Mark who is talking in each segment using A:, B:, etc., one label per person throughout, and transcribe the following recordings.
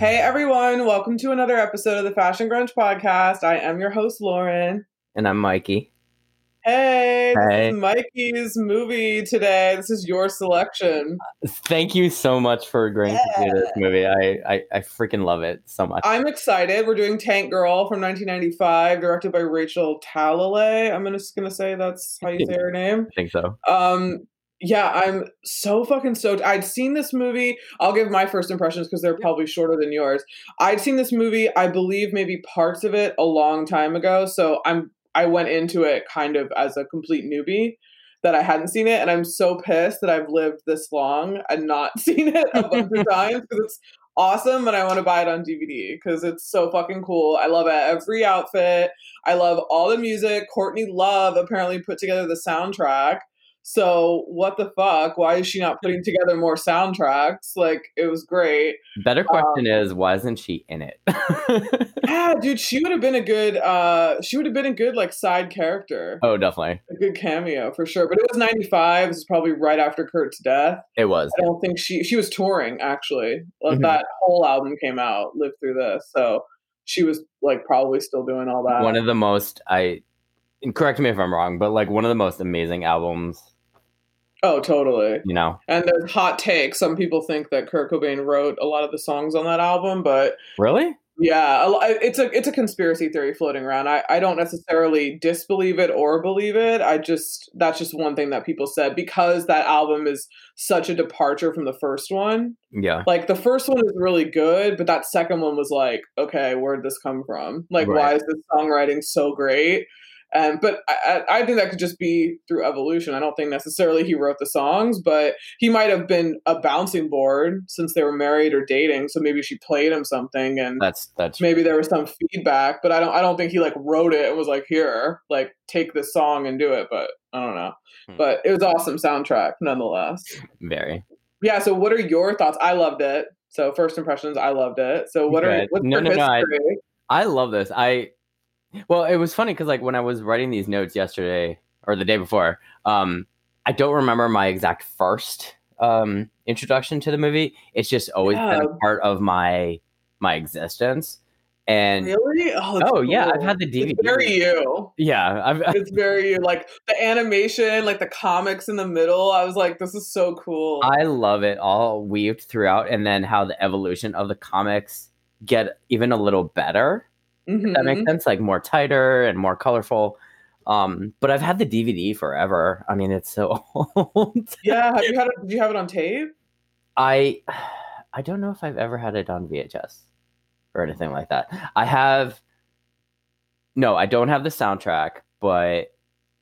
A: everyone. Welcome to another episode of the Fashion Grunge podcast. I am your host, Lauren.
B: And I'm Mikey.
A: Hey,
B: Hey.
A: this is Mikey's movie today. This is your selection.
B: Thank you so much for agreeing to do this movie. I, I, I freaking love it so much.
A: I'm excited. We're doing Tank Girl from 1995, directed by Rachel Talalay. I'm gonna- just going to say that's how you say her name.
B: I think so.
A: Um, yeah, I'm so fucking stoked. I'd seen this movie. I'll give my first impressions because they're probably shorter than yours. I'd seen this movie, I believe maybe parts of it a long time ago. So I'm I went into it kind of as a complete newbie that I hadn't seen it, and I'm so pissed that I've lived this long and not seen it a bunch of times because it's awesome and I want to buy it on DVD because it's so fucking cool. I love it. Every outfit. I love all the music. Courtney Love apparently put together the soundtrack. So what the fuck? Why is she not putting together more soundtracks? Like it was great.
B: Better question is, why isn't she in it?
A: Yeah, dude, she would have been a good uh she would have been a good like side character.
B: oh, definitely.
A: A good cameo for sure. But it was 95, this is probably right after Kurt's death.
B: It was.
A: I don't think she she was touring actually. Like
B: Mhm.
A: that whole album came out, lived through this. So she was like probably still doing all that.
B: One of the most, I, and correct me if I'm wrong, but like one of the most amazing albums,
A: oh, totally.
B: you know,
A: And there's hot take. Some people think that Kurt Cobain wrote a lot of the songs on that album, but
B: Really?
A: yeah, a lo- it's a it's a conspiracy theory floating around. I, I don't necessarily disbelieve it or believe it. I just that's just one thing that people said because that album is such a departure from the first one.
B: Yeah.
A: Like the first one is really good, but that second one was like, okay, where'd this come from? Like, why
B: Right.
A: is this songwriting so great? And but I, I I think that could just be through evolution. I don't think necessarily he wrote the songs, but he might have been a bouncing board since they were married or dating. So maybe she played him something, and
B: That's, that's,
A: maybe there was some feedback. But I don't I don't think he like wrote it and was like, here, like take this song and do it. But I don't know.
B: Hmm.
A: But it was awesome soundtrack nonetheless.
B: very.
A: Yeah. So, what are your thoughts? I loved it. So, first impressions, I loved it. So, what are
B: Good.
A: what's
B: No,
A: your
B: no, no, I-
A: history?
B: I love this. I well, it was funny because like when I was writing these notes yesterday or the day before, um, I don't remember my exact first um introduction to the movie. It's just always been
A: Yeah.
B: a part of my my existence. And
A: really? Oh, it's
B: oh yeah, I've
A: cool.
B: had the DVD.
A: It's very you.
B: yeah, I've
A: It's very you. Like the animation, like the comics in the middle. I was like, this is so cool.
B: I love it all weaved throughout, and then how the evolution of the comics get even a little better.
A: Mhm.
B: that makes sense like more tighter and more colorful um but i've had the dvd forever i mean it's so old
A: yeah. Have you had? It, did you have it on tape?
B: i i don't know if i've ever had it on vhs or anything like that i have no i don't have the soundtrack but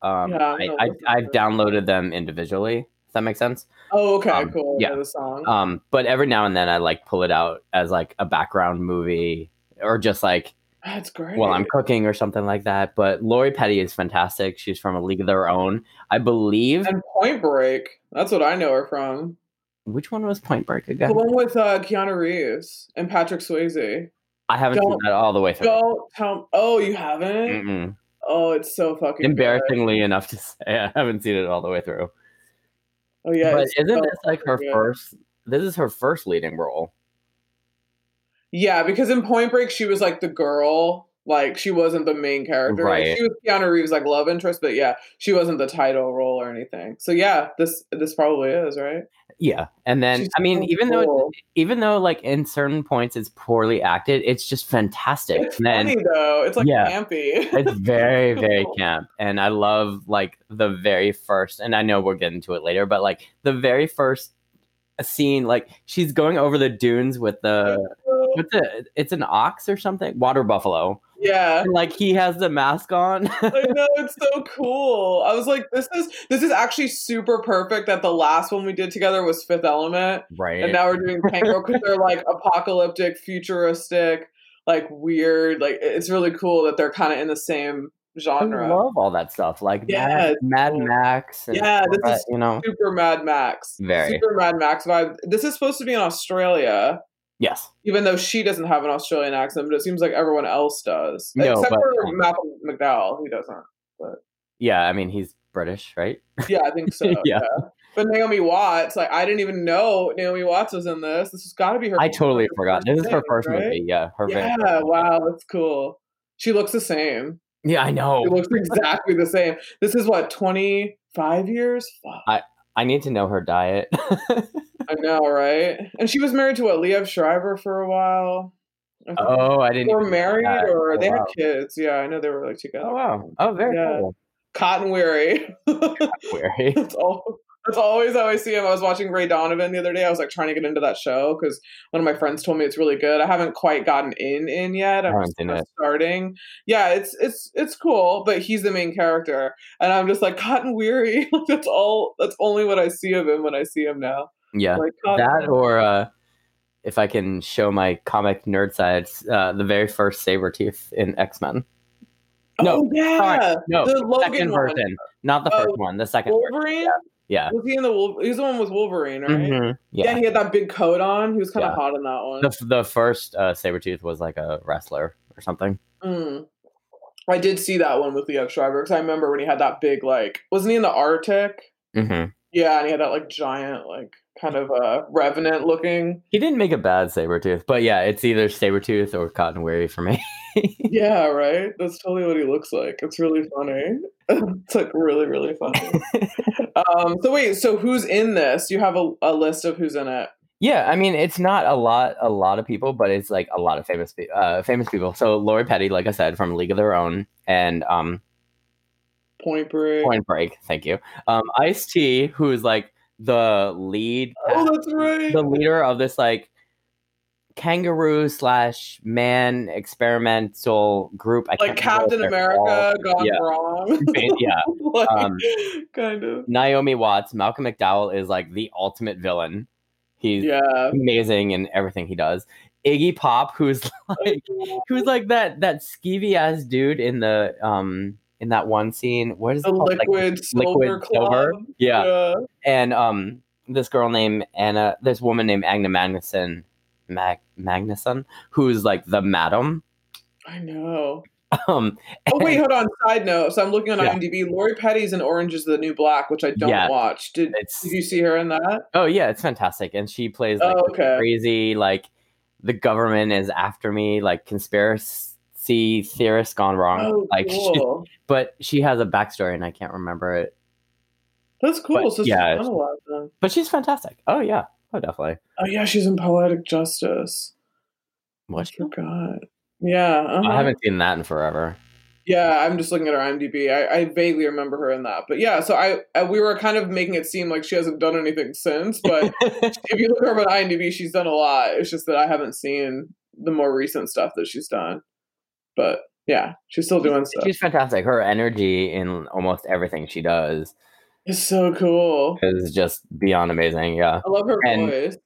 B: um
A: Yeah,
B: I,
A: no,
B: I,
A: listen
B: i've
A: to it.
B: downloaded them individually does that make sense
A: Oh, okay,
B: Um,
A: cool.
B: yeah.
A: the song.
B: um but every now and then i like pull it out as like a background movie or just like
A: That's great.
B: while I'm cooking or something like that. But Lori Petty is fantastic. She's from A League of Their Own, I believe.
A: and Point Break. That's what I know her from.
B: Which one was Point Break
A: The
B: again?
A: one with uh, Keanu Reeves and Patrick Swayze.
B: I haven't seen
A: don't-
B: that all the way through.
A: Don't tell. Oh, you haven't.
B: Mm-mm.
A: Oh, it's so fucking good.
B: Embarrassingly enough to say, I haven't seen it all the way through.
A: Oh yeah,
B: but
A: it's
B: isn't
A: so
B: this like her
A: good.
B: first? This is her first leading role.
A: Yeah, because in Point Break she was like the girl, like she wasn't the main character. Like,
B: Right.
A: she was Keanu Reeves' like love interest, but yeah, she wasn't the title role or anything. So yeah, this this probably is right.
B: Yeah, and then
A: She's
B: I mean,
A: so
B: even though
A: cool.
B: even though like in certain points it's poorly acted, it's just fantastic.
A: it's
B: and then
A: funny though, it's like
B: Yeah.
A: campy.
B: it's very very
A: Cool.
B: camp and i love like the very first and i know we'll get into it later but like the very first scene like she's going over the dunes with the with the it's an ox or something water buffalo
A: yeah.
B: and like he has the mask on
A: I know it's so cool. I was like, this is this is actually super perfect that the last one we did together was Fifth Element.
B: right
A: and now we're doing Kangaroo because they're like apocalyptic, futuristic, like weird. Like it- it's really cool that they're kind of in the same
B: i
A: genre.
B: love all that stuff like
A: Yeah,
B: mad, mad
A: cool.
B: max and
A: Yeah, this
B: all
A: is-
B: that, you know
A: Super Mad Max,
B: Very.
A: super Mad Max vibe. This is supposed to be in Australia,
B: yes
A: even though she doesn't have an Australian accent, but it seems like everyone else does,
B: No,
A: except
B: but-
A: for Malcolm McDowell, who doesn't.
B: yeah i mean he's british right
A: Yeah, I think so.
B: Yeah.
A: But Naomi Watts, like I didn't even know Naomi Watts was in this. This has got to be her.
B: I totally
A: her
B: forgot.
A: first
B: This is her
A: thing,
B: first
A: right?
B: movie. Yeah, her very
A: Yeah,
B: first movie.
A: wow, that's cool. She looks the same.
B: Yeah, I know.
A: She looks exactly the same. This is what twenty five years. Fuck,
B: I need to know her diet.
A: I know, right? And she was married to what Liev Schreiber for a while. I think.
B: oh, I
A: They
B: didn't.
A: were
B: even know
A: married
B: that.
A: or
B: Oh,
A: they had
B: wow.
A: kids. Yeah, I know they were like together.
B: Oh wow! Oh, very
A: Yeah.
B: cool.
A: Cotton Weary.
B: Query.
A: that's all. That's always how I see him. I was watching Ray Donovan the other day. I was like trying to get into that show because one of my friends told me it's really good. I haven't quite gotten in in yet.
B: I
A: I'm
B: haven't
A: just
B: seen
A: kinda
B: it.
A: starting. Yeah, it's it's it's cool, but he's the main character, and I'm just like Cotton Weary. that's all. That's only what I see of him when I see him now.
B: Yeah,
A: Like Cotton
B: that or uh, if I can show my comic nerd side, uh, the very first Sabretooth in X Men. No,
A: oh, yeah,
B: sorry, no,
A: the Logan
B: second
A: one.
B: version, not the
A: Oh,
B: first one. The second. version.
A: Wolverine.
B: Yeah.
A: Was he in the Wolf? He's the one with Wolverine, right?
B: Mhm,
A: Yeah.
B: Yeah.
A: he had that big coat on. He was kind of
B: Yeah.
A: hot in that one.
B: The The the first uh, Sabretooth was like a wrestler or something.
A: Mm. I did see that one with Leo Schreiber because I remember when he had that big like, wasn't he in the Arctic?
B: Mm-hmm.
A: Yeah, and he had that like giant like kind of uh, revenant looking.
B: He didn't make a bad Sabretooth, but yeah, it's either Sabretooth or Cotton Weary for me.
A: yeah, right. That's totally what he looks like. It's really funny. it's like really really funny. um, so wait, so who's in this? You have a, a list of who's in it.
B: Yeah, I mean it's not a lot, a lot of people, but it's like a lot of famous, pe- uh, famous people. So Lori Petty, like I said, from League of Their Own, and um,
A: Point Break.
B: Point Break. Thank you. Um, Ice T, who is like the lead,
A: Oh, that's right.
B: the leader of this like kangaroo slash man experimental group. I
A: like
B: can't remember
A: Captain
B: if they're all-
A: America gone
B: yeah.
A: wrong.
B: yeah.
A: like,
B: Um,
A: kind of.
B: Naomi Watts, Malcolm McDowell is like the ultimate villain. He's
A: Yeah.
B: amazing in everything he does. Iggy Pop, who's like who's like that that skeevy ass dude in the um in that one scene. What is it
A: The
B: called? Like,
A: liquid silver
B: silver?
A: club.
B: Yeah.
A: Yeah.
B: and um this girl named Anna, this woman named Agna Magnuson, Mag- Magnuson, who's like the madam.
A: I know.
B: Um,
A: Oh wait, hold on. Side note. So I'm looking on
B: Yeah.
A: IMDb. Lori Petty's in Orange Is the New Black, which I don't
B: Yeah.
A: watch. Did
B: it's
A: Did you see her in that?
B: oh yeah, it's fantastic, and she plays like
A: Oh, okay.
B: crazy like the government is after me like conspiracy theorist gone wrong
A: Oh,
B: like she-
A: cool.
B: but she has a backstory and i can't remember it
A: That's cool.
B: but
A: so
B: yeah,
A: yeah, she's done a lot then.
B: but she's fantastic oh yeah oh definitely
A: Oh yeah, she's in Poetic Justice.
B: what
A: I forgot. Yeah. uh-huh.
B: i haven't seen that in forever
A: Yeah, I'm just looking at her IMDb. I, I vaguely remember her in that, but yeah. So I, I we were kind of making it seem like she hasn't done anything since, but if you look her up on IMDb, she's done a lot. It's just that I haven't seen the more recent stuff that she's done. But yeah, she's still doing stuff.
B: she's fantastic her energy in almost everything she does
A: It's so cool.
B: is just beyond amazing yeah
A: I love her
B: And-
A: voice.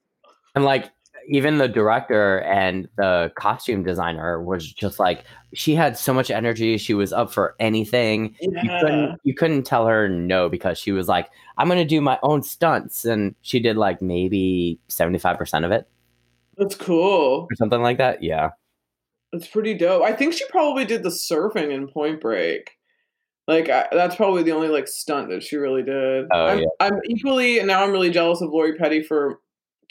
B: and like even the director and the costume designer was just like she had so much energy she was up for anything you
A: Yeah.
B: couldn't you couldn't tell her no because she was like i'm gonna do my own stunts and she did like maybe 75% of it
A: That's cool.
B: or something like that yeah
A: That's pretty dope. I think she probably did the surfing in Point Break. Like I, that's probably the only like stunt that she really did.
B: Oh,
A: I'm,
B: yeah.
A: I'm equally and now I'm really jealous of Lori Petty for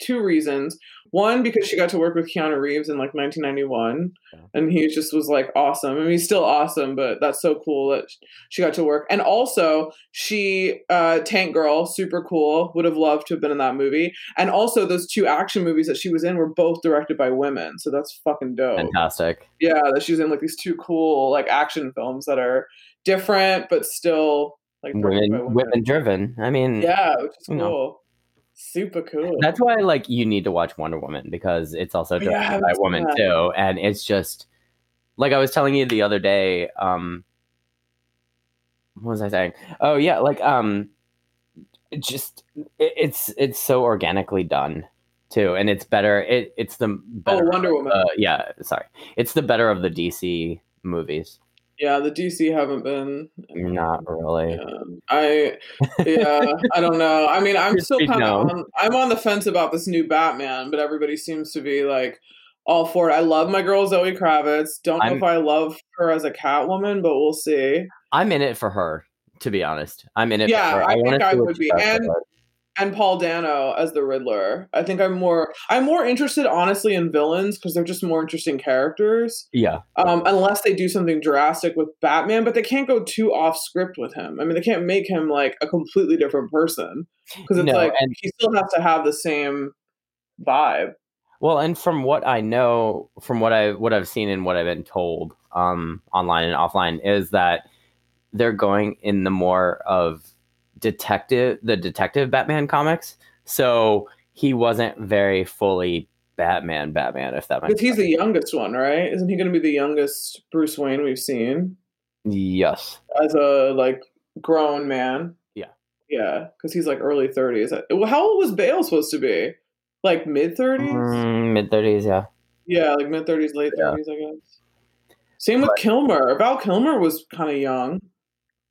A: two reasons. One because she got to work with Keanu Reeves in like 1991,
B: Yeah.
A: and he just was like awesome. I mean, he's still awesome, but that's so cool that sh- she got to work. And also, she uh, Tank Girl, super cool. Would have loved to have been in that movie. And also, those two action movies that she was in were both directed by women, so that's fucking dope
B: fantastic
A: yeah that she's in like these two cool like action films that are different but still like directed by
B: women women driven i mean
A: yeah which is
B: you
A: cool
B: know.
A: super cool
B: that's why like you need to watch wonder woman because it's also
A: Oh, yeah,
B: directed
A: I haven't
B: by a
A: seen
B: woman
A: that.
B: too and it's just like i was telling you the other day um what was i saying oh yeah like um it just it, it's it's so organically done too and it's better it it's the
A: oh
B: better
A: wonder woman
B: uh, yeah, sorry. It's the better of the DC movies.
A: yeah the dc haven't been
B: Not really.
A: um, i yeah i don't know i mean i'm
B: Just
A: still
B: say
A: kind
B: no.
A: of on i'm on the fence about this new batman but everybody seems to be like all for it. I love my girl Zoe Kravitz. Don't know
B: I'm-
A: if I love her as a Catwoman, but we'll see.
B: I'm in it for her, to be honest. I'm in it
A: Yeah,
B: for her.
A: I
B: wanna
A: think I
B: see what
A: would
B: she
A: be.
B: does
A: And-
B: with it.
A: and Paul Dano as the Riddler. I think I'm more I'm more interested honestly in villains because they're just more interesting characters.
B: Yeah.
A: Um, unless they do something drastic with Batman, but they can't go too off script with him. I mean, they can't make him like a completely different person because it's
B: No,
A: like
B: and-
A: he still has to have the same vibe.
B: Well, and from what I know, from what I what I've seen and what I've been told um, online and offline is that they're going in the more of detective the detective Batman comics. So he wasn't very fully Batman Batman if that
A: Because
B: makes
A: he's the youngest one, right? Isn't he going to be the youngest Bruce Wayne we've seen
B: yes.
A: as a like grown man?
B: Yeah.
A: yeah, because he's like early thirties. Well, how old was Bale supposed to be? Like mid thirties?
B: Mid thirties, yeah.
A: Yeah, like mid thirties, late
B: Mm. Yeah.
A: thirties, I guess. Same with Kilmer. Val Kilmer was kind of young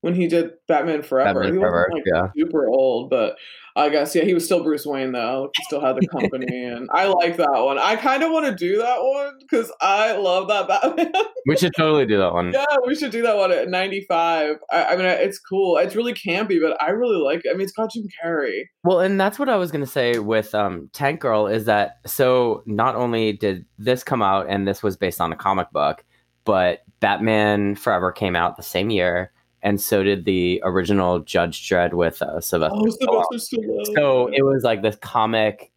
A: when he did Batman Forever.
B: Batman
A: he
B: Forever,
A: wasn't like
B: yeah.
A: super old, but I guess yeah, he was still Bruce Wayne though. He still had the company, and I like that one. I kind of want to do that one because I love that Batman.
B: We should totally do that one.
A: yeah, we should do that one at ninety five. I, I mean, it's cool. It's really campy, but I really like. it. I mean, it's got Jim Carrey.
B: Well, and that's what I was gonna say with um, Tank Girl is that so not only did this come out and this was based on a comic book, but Batman Forever came out the same year, and so did the original Judge Dredd with uh, Sylvester.
A: Oh,
B: Stallone.
A: Sylvester Stallone.
B: So it was like this comic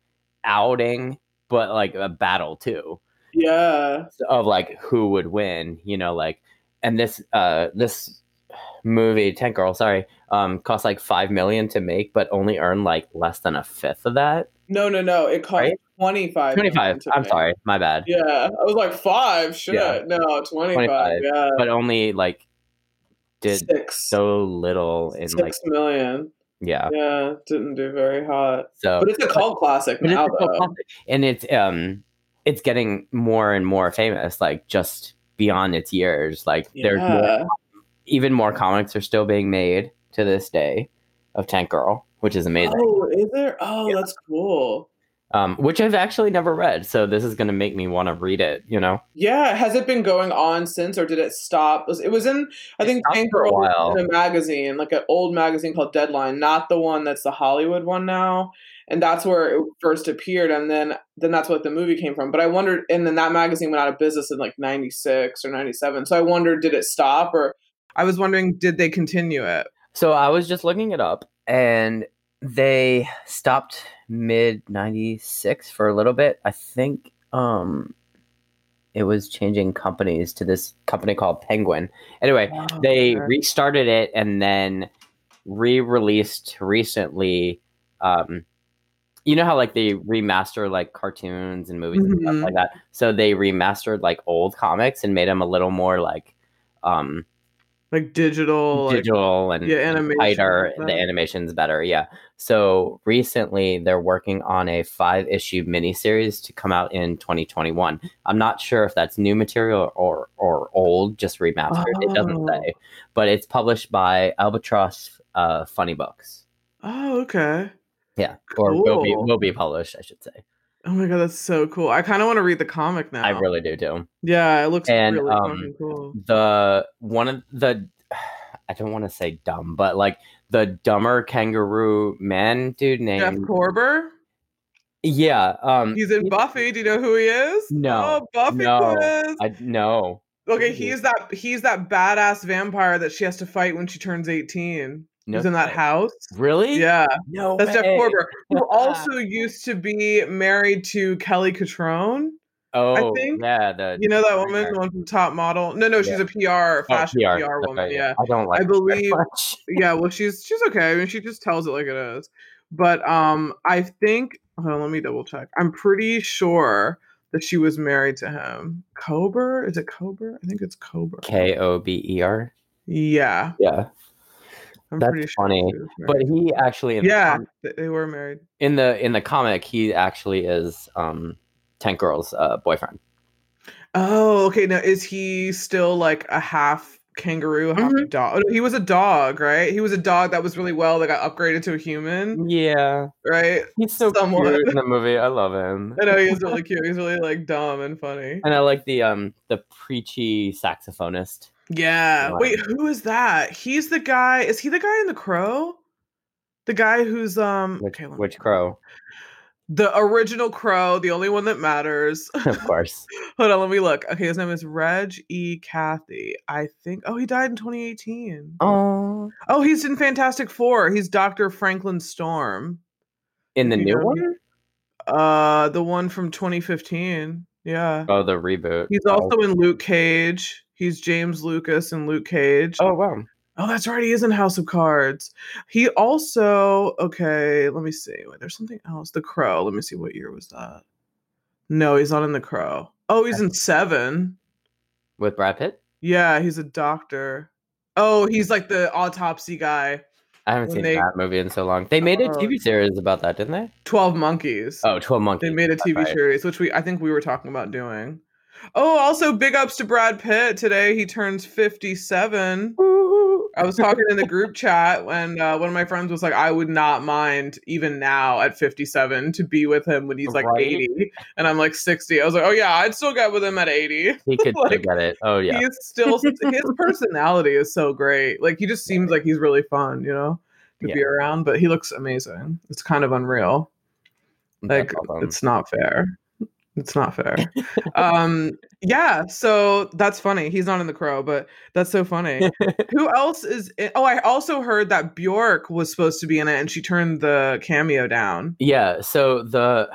B: outing, but like a battle too
A: yeah,
B: of like who would win, you know, like and this uh this movie Tank Girl, sorry, um cost like 5 million to make but only earned like less than a fifth of that.
A: no, no, no. It cost
B: Right?
A: twenty five.
B: 25. I'm sorry, my bad.
A: Yeah, I was like five. Shit,
B: Yeah.
A: no, 25,
B: 25.
A: Yeah,
B: But only like did
A: six,
B: so little in
A: Six
B: like uh,
A: million.
B: yeah.
A: Yeah, didn't do very hot.
B: So
A: But it's a cult classic
B: But it's
A: now,
B: a cult
A: though.
B: classic. and it's um it's getting more and more famous like just beyond its years. Like there's more,
A: Yeah.
B: even more comics are still being made to this day of Tank Girl, which is amazing.
A: Oh, is there? Oh, that's cool.
B: um, which I've actually never read. So this is going to make me want to read it. You know,
A: Yeah, has it been going on since, or did it stop? Was- It was in, I think,
B: stopped
A: Tank
B: for a
A: Girl was
B: while.
A: in a magazine, like an old magazine called Deadline, not the one that's the Hollywood one now. And that's where it first appeared, and then then that's what the movie came from. But I wondered, and then that magazine went out of business in like '96 or '97. So I wondered, did it stop, or I was wondering, did they continue it?
B: so I was just looking it up, and they stopped mid '96 for a little bit. I think um, it was changing companies to this company called Penguin. Anyway,
A: Oh,
B: they restarted it and then re-released recently um you know how like they remaster like cartoons and movies and
A: Mhm.
B: stuff like that so they remastered like old comics and made them a little more like um
A: like digital, like,
B: digital and
A: yeah,
B: and
A: animation
B: tighter
A: and
B: the
A: stuff.
B: animation's better yeah so recently they're working on a five issue miniseries to come out in 2021 i'm not sure if that's new material or or old just remastered it doesn't
A: Oh.
B: say but it's published by albatross uh, funny books
A: Oh, okay.
B: yeah or will be
A: Cool.
B: will be published i should say
A: Oh my god, that's so cool. I kind of want to read the comic now.
B: i really do too
A: yeah, it looks
B: And,
A: really
B: um,
A: fucking cool.
B: the one of the I don't want to say dumb, but like the dumber kangaroo man dude named
A: Jeff Corber.
B: Yeah. Um
A: He's in Buffy. Do you know who he is?
B: No,
A: Oh, Buffy
B: no,
A: quiz.
B: I no.
A: okay, he's that he's that badass vampire that she has to fight when she turns 18.
B: no
A: he's in that house.
B: Really?
A: Yeah,
B: No.
A: that's Jeff
B: way.
A: Corber, who also used to be married to Kelly Catrone.
B: Oh,
A: think-
B: yeah. The
A: You know that woman,
B: Yeah.
A: the one from Top Model? No, no, she's a PR,
B: oh,
A: fashion PR,
B: PR, that's
A: woman.
B: right,
A: Yeah,
B: I don't like.
A: I
B: her very
A: believe
B: much.
A: yeah well she's she's okay i mean she just tells it like it is but um i think hold on let me double check i'm pretty sure that she was married to him cober is it cober i think it's cober
B: K O B E R.
A: yeah
B: Yeah,
A: i'm
B: That's
A: pretty
B: funny,
A: sure she was
B: but
A: married.
B: he actually in the,
A: yeah
B: com-
A: th- they were married
B: in the in the comic he actually is um Tank Girl's uh, boyfriend.
A: oh okay now is he still like a half kangaroo half
B: Mm-hmm.
A: dog Oh, he was a dog right he was a dog that was really well that got upgraded to a human
B: Yeah,
A: right
B: he's so
A: Mm-hmm. Somewhat.
B: cute in the movie. I love him.
A: i know he's really cute he's really like dumb and funny
B: And I like the um the preachy saxophonist.
A: Yeah.
B: Yeah.
A: Wait, who is that? He's the guy. Is he the guy in The Crow? The guy who's um
B: Which,
A: okay, let me-
B: which crow?
A: the original crow, the only one that matters.
B: Of course.
A: Hold on, let me look. Okay, his name is Reg E. Cathy. I think. Oh, he died in 2018.
B: Oh,
A: Oh, he's in Fantastic Four. He's Doctor Franklin Storm.
B: in the new
A: Yeah.
B: one?
A: Uh, the one from 2015. Yeah.
B: Oh, the reboot.
A: He's
B: Oh.
A: also in Luke Cage. He's James Lucas in Luke Cage.
B: Oh wow.
A: Oh, that's right. He is in House of Cards. He also okay. Let me see. Wait, there's something else. The Crow. Let me see. What year was that? No, he's not in The Crow. Oh, he's in Seven.
B: With Brad Pitt?
A: Yeah, he's a doctor. Oh, he's like the autopsy guy.
B: I haven't
A: When
B: seen
A: they-
B: that movie in so long. They made a
A: Oh.
B: TV series about that, didn't they?
A: Twelve Monkeys.
B: Oh, 12 Monkeys.
A: they made a
B: that's
A: TV
B: right.
A: series, which we I think we were talking about doing. Oh, also big ups to Brad Pitt today. He turns fifty-seven.
B: Woo.
A: I was talking in the group chat when uh, one of my friends was like, I would not mind even now at 57 to be with him when he's like
B: Right?
A: 80. And I'm like 60. I was like, oh, yeah, I'd still get with him at 80.
B: He could
A: Like,
B: get it. Oh yeah.
A: He's still, his personality is so great. Like, he just seems like he's really fun, you know, to be
B: Yeah.
A: around, but he looks amazing. It's kind of unreal. Like,
B: That's awesome.
A: it's not fair. It's not fair. um, yeah, so that's funny. He's not in the crow, but that's so funny. Who else is? In- oh, I also heard that Bjork was supposed to be in it, and she turned the cameo down.
B: Yeah, so the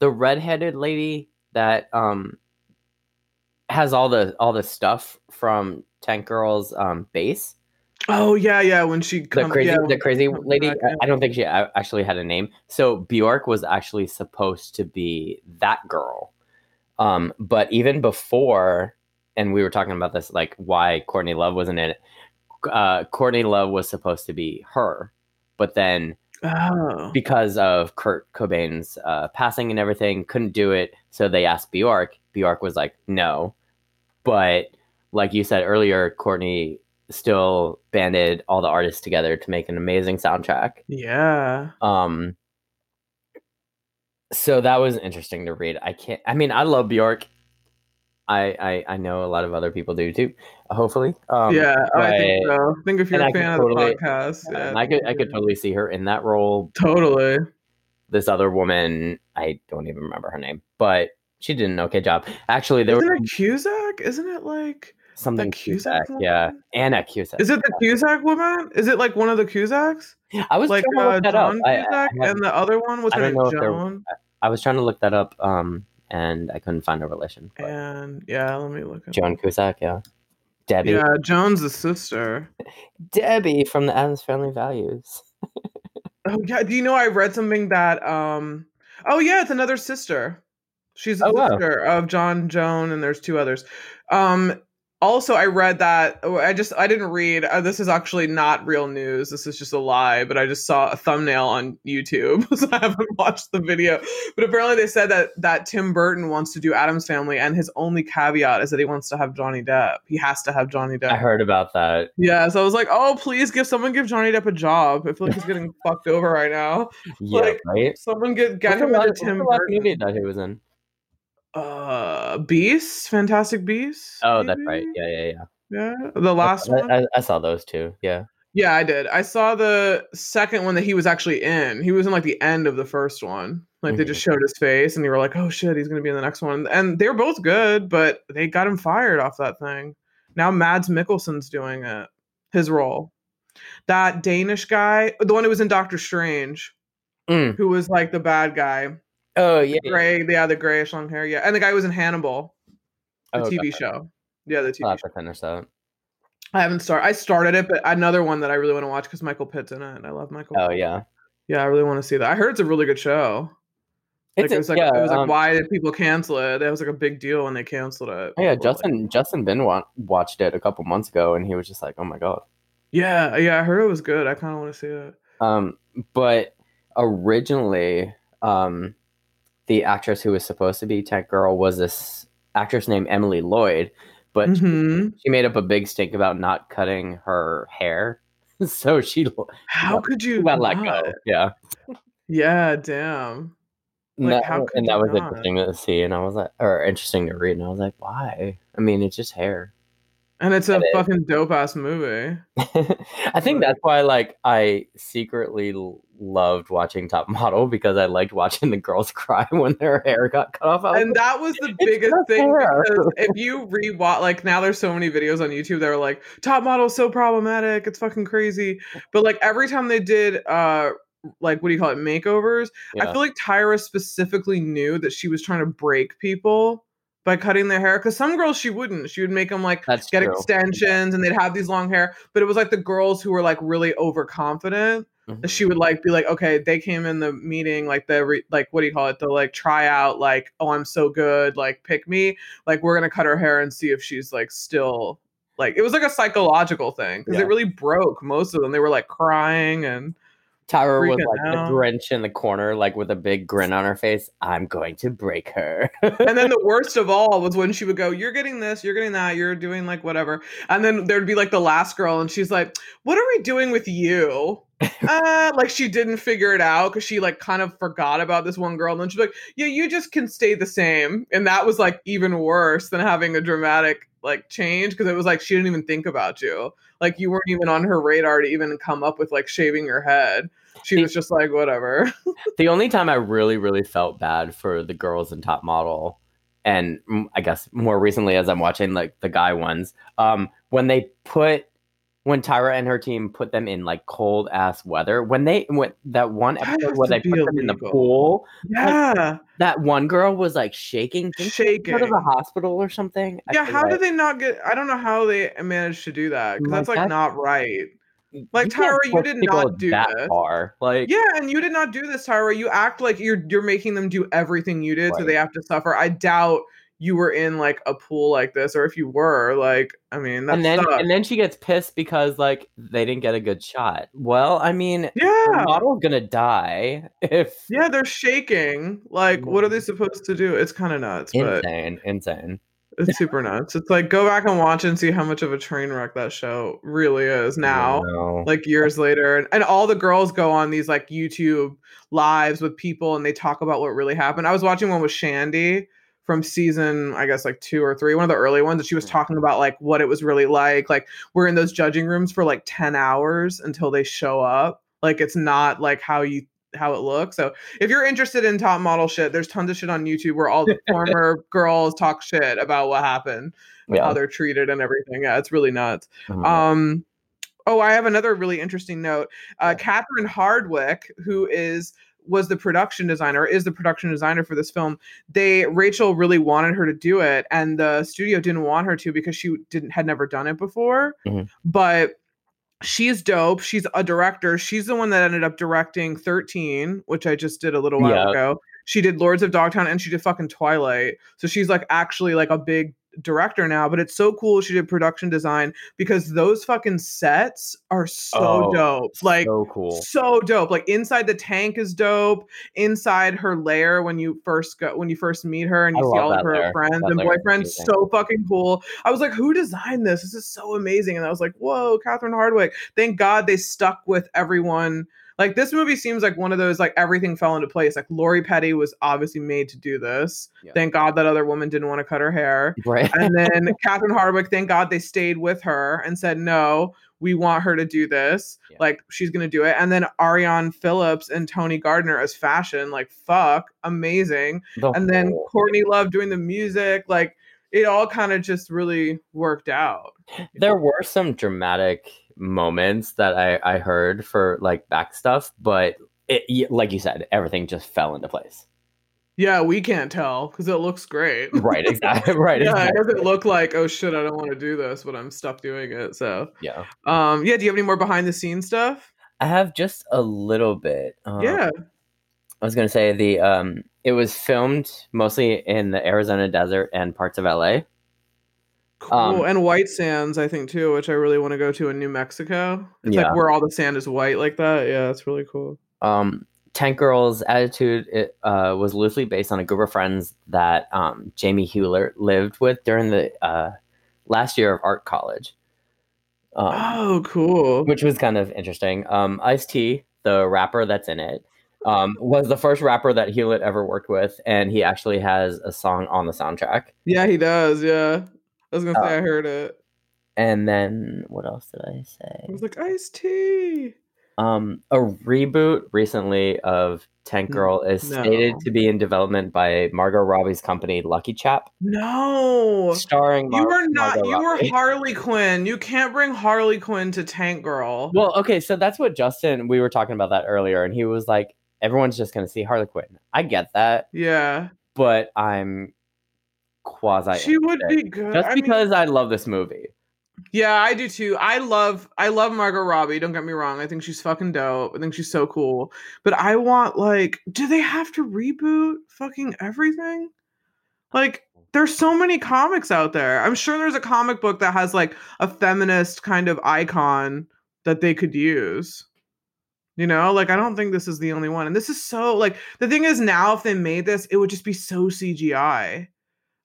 B: the redheaded lady that um has all the all the stuff from Tank Girl's um base.
A: Oh yeah, yeah. When she
B: The
A: come,
B: crazy
A: yeah,
B: the crazy
A: come
B: lady.
A: back,
B: I-
A: yeah.
B: I don't think she a- actually had a name. So Bjork was actually supposed to be that girl. Um but even before and we were talking about this like why Courtney Love wasn't in it. Uh Courtney Love was supposed to be her, but then
A: oh,
B: because of Kurt Cobain's uh, passing and everything, couldn't do it. So they asked Bjork. Bjork was like, no. But like you said earlier, Courtney still banded all the artists together to make an amazing soundtrack.
A: yeah.
B: Um, so that was interesting to read. I can't. I mean, I love Bjork. I I, I know a lot of other people do too. Hopefully, um,
A: yeah, oh, I think
B: but-
A: so. I think if you're
B: and
A: a
B: I could
A: fan
B: totally-
A: of the podcast, yeah,
B: and I could I could totally see her in that role
A: totally.
B: this other woman i don't even remember her name but she did an okay job actually there
A: Isn't
B: was
A: it Cusack? Isn't it like?
B: something
A: Cusack
B: Mm, cusack, yeah
A: woman?
B: anna cusack
A: Is it the Cusack woman? Is it like one of the Cusacks?
B: i was
A: Like
B: trying to
A: uh,
B: look that up
A: John
B: I, I
A: Cusack
B: haven't-
A: and the other one? What's
B: I
A: her
B: don't
A: name?
B: know if they're-
A: Joan?
B: I was trying to look that up um and i couldn't find a relation but
A: And yeah, let me look. Up.
B: joan cusack yeah debbie
A: Yeah, Joan's the sister.
B: debbie from the adams family values
A: Oh yeah, do you know I read something that um oh yeah, it's another sister. She's the
B: Oh, wow.
A: sister of John Joan and there's two others. Um also I read that oh, I just I didn't read uh, this is actually not real news. This is just a lie, but I just saw a thumbnail on YouTube. so I haven't watched the video. But apparently they said that that Tim Burton wants to do Adam's Family and his only caveat is that he wants to have Johnny Depp. He has to have Johnny Depp.
B: i heard about that
A: Yeah, so I was like, oh, please give someone give Johnny Depp a job. I feel like he's getting fucked over right now.
B: yeah
A: Like,
B: right
A: Someone get get
B: What's the
A: him into
B: last-
A: Tim
B: what's the last movie
A: Burton.
B: that he was in
A: Uh, Beast, Fantastic Beast.
B: oh that's
A: maybe?
B: right yeah yeah yeah
A: Yeah, the Mm-hmm. last
B: I-
A: one.
B: I, I saw those two yeah
A: yeah, I did. I saw the second one that he was actually in. He was in like the end of the first one. Like
B: Mm-hmm.
A: they just showed his face, and you were like, oh shit, he's gonna be in the next one. And they were both good, but they got him fired off that thing. Now Mads Mikkelsen's doing it. His role. That Danish guy, the one who was in Doctor Strange,
B: Mm.
A: who was like the bad guy.
B: oh yeah, yeah.
A: gray, yeah, the grayish long hair, yeah, and the guy who was in Hannibal, the
B: Oh,
A: TV
B: God.
A: show. Yeah, the TV
B: i'll have
A: show.
B: to finish that
A: I haven't started. I started it, but another one that I really want to watch because Michael Pitt's in it, and I love Michael.
B: oh
A: Pitt.
B: yeah
A: yeah, I really want to see that. I heard it's a really good show. Like,
B: It's
A: it
B: a-
A: was like,
B: yeah,
A: it was like
B: um,
A: why did people cancel it? That was like a big deal when they canceled it.
B: oh,
A: People were
B: yeah,
A: like-
B: Justin Justin Benoit watched it a couple months ago, and he was just like, "Oh my god."
A: yeah, yeah, I heard it was good. I kind of want to see it.
B: Um, but originally, um, the actress who was supposed to be Tech Girl was this actress named Emily Lloyd, but
A: hmm
B: she made up a big stink about not cutting her hair, so she l-
A: How
B: got-
A: could you?
B: got let
A: not?
B: go. Yeah,
A: Yeah, damn.
B: And
A: Like,
B: that-
A: how could
B: and that
A: you
B: was
A: not?
B: interesting to see, and I was like, or interesting to read, and I was like, why? I mean, it's just hair.
A: And it's a
B: It is.
A: fucking dope ass movie.
B: I think that's why, like, I secretly l- loved watching Top Model because I liked watching the girls cry when their hair got cut off. I was
A: And
B: like,
A: that was the
B: Oh. "It's
A: biggest
B: not
A: thing
B: fair."
A: because if you rewatch, like now there's so many videos on YouTube that are like, top model's so problematic, it's fucking crazy. But like every time they did uh like what do you call it, makeovers, I
B: Yeah.
A: feel like Tyra specifically knew that she was trying to break people by cutting their hair. Cause some girls she wouldn't. She would make them like
B: that's
A: get
B: true.
A: extensions and they'd have these long hair. But it was like the girls who were like really overconfident
B: Mhm.
A: she would like be like, okay, they came in the meeting, like the re- like what do you call it? The like tryout, like oh, I'm so good, like pick me. Like we're gonna cut her hair and see if she's like still like it was like a psychological thing because
B: Yeah.
A: it really broke most of them. They were like crying and
B: Tyra was
A: freaking
B: like
A: out.
B: the Grinch in the corner, like with a big grin on her face. I'm going to break her.
A: and then the worst of all was when she would go, you're getting this, you're getting that, you're doing like whatever, and then there'd be like the last girl and she's like, what are we doing with you? uh, like she didn't figure it out because she like kind of forgot about this one girl. And then she's like, Yeah, you just can stay the same. And that was like even worse than having a dramatic like change because it was like she didn't even think about you. Like you weren't even on her radar to even come up with like shaving your head. She was just like, Whatever.
B: the only time I really, really felt bad for the girls in Top Model, and mm, I guess more recently as I'm watching like the guy ones, um, when they put when Tyra and her team put them in like cold ass weather, when they when that one
A: That
B: episode
A: has
B: where
A: to
B: they
A: be
B: put them in the
A: illegal.
B: pool,
A: Yeah.
B: that one girl was like shaking, didn't she go to
A: Shaking.
B: the hospital or something. I
A: Yeah,
B: feel
A: how
B: like-
A: did they not get? I don't know how they managed to do that because
B: Like,
A: that's like
B: that's-
A: not right.
B: you
A: like,
B: can't
A: Tyra, you
B: push
A: did
B: people
A: not do
B: that
A: this.
B: far. Like
A: Yeah, and you did not do this, Tyra. You act like you're you're making them do everything you did, so
B: Right.
A: they have to suffer. I doubt you were in like a pool like this, or if you were, like, I mean, that
B: and then
A: sucks.
B: and then she gets pissed because like they didn't get a good shot. Well, I mean, the
A: yeah,
B: model's gonna die if
A: yeah, they're shaking. Like, what are they
B: Mm.
A: supposed to do? It's kind of nuts, but
B: insane, insane.
A: it's super nuts. It's like go back and watch and see how much of a train wreck that show really is now.
B: No.
A: like years later and, and all the girls go on these like youtube lives with people and they talk about what really happened i was watching one with shandy from season i guess like two or three one of the early ones and she was talking about like what it was really like like we're in those judging rooms for like 10 hours until they show up like it's not like how you how it looks so if you're interested in top model shit there's tons of shit on youtube where all the former girls talk shit about what happened how
B: yeah. Mm-hmm.
A: they're treated and everything yeah it's really nuts
B: I'm like,
A: um, oh, I have another really interesting note. Uh,
B: Yeah.
A: Catherine Hardwick, who is was the production designer, is the production designer for this film. They Rachel really wanted her to do it, and the studio didn't want her to because she didn't had never done it before.
B: Mhm.
A: But she's dope. She's a director. She's the one that ended up directing Thirteen, which I just did a little while
B: Yeah.
A: ago. She did Lords of Dogtown and she did fucking Twilight. So she's like actually like a big director now, but it's so cool she did production design because those fucking sets are so
B: Oh,
A: dope. Like
B: so cool.
A: so dope. Like inside the tank is dope. Inside her lair when you first go when you first meet her and
B: I
A: you see
B: love
A: all of
B: that
A: her
B: lair.
A: friends
B: That
A: and
B: lair is
A: boyfriends.
B: amazing.
A: So fucking cool. I was like, who designed this? This is so amazing. And I was like, whoa, Catherine Hardwick. Thank God they stuck with everyone. Like this movie seems like one of those like everything fell into place. Like Lori Petty was obviously made to do this.
B: Yeah.
A: Thank God that other woman didn't want to cut her hair
B: Right.
A: and then Catherine Hardwick, thank God they stayed with her and said, no, we want her to do this.
B: Yeah.
A: Like, she's going to do it. And then Ariane Phillips and Tony Gardner as fashion, like, fuck, amazing.
B: The
A: And then
B: whole-
A: Courtney Love doing the music. Like, it all kind of just really worked out.
B: there were some dramatic moments that I I heard for like back stuff, but it, y- like you said, everything just fell into place.
A: Yeah, we can't tell because it looks great.
B: Right. Exactly. Right.
A: yeah, it
B: exactly.
A: doesn't look like, oh shit, I don't want to do this, but I'm stuck doing it. So,
B: Yeah.
A: um, yeah, do you have any more behind the scenes stuff?
B: I have just a little bit. Um,
A: yeah.
B: I was gonna say the um, it was filmed mostly in the Arizona desert and parts of LA.
A: Cool.
B: Um,
A: and white sands, I think too, which I really want to go to in New Mexico. It's
B: Yeah.
A: like where all the sand is white like that. Yeah, it's really cool.
B: um, Tank Girl's attitude it, uh, was loosely based on a group of friends that um, Jamie Hewlett lived with during the uh, last year of art college, um,
A: Oh, cool.
B: which was kind of interesting. Um, Ice T, the rapper that's in it, um, was the first rapper that Hewlett ever worked with, and he actually has a song on the soundtrack.
A: yeah, he does. Yeah. I was gonna say
B: Uh,
A: I heard it.
B: and then what else did I
A: I was
B: say?
A: like, iced tea.
B: Um, a reboot recently of Tank
A: N-
B: Girl is
A: no.
B: stated to be in development by Margot Robbie's company Lucky Chap,
A: No.
B: starring
A: You
B: Mar-
A: were not.
B: Margot
A: You were
B: Robbie.
A: Harley Quinn. You can't bring Harley Quinn to Tank Girl.
B: Well, okay, so that's what Justin we were talking about that earlier, and he was like, "Everyone's just gonna see Harley Quinn." I get that,
A: yeah,
B: but I'm quasi
A: she would
B: interested.
A: be good.
B: just
A: I mean,
B: because I love this movie.
A: yeah, I do too. I love. I love Margot Robbie. Don't get me wrong. I think she's fucking dope. I think she's so cool. But I want like, do they have to reboot fucking everything? Like, there's so many comics out there. I'm sure there's a comic book that has like a feminist kind of icon that they could use. You know, like I don't think this is the only one. And this is so like the thing is now if they made this, it would just be so CGI.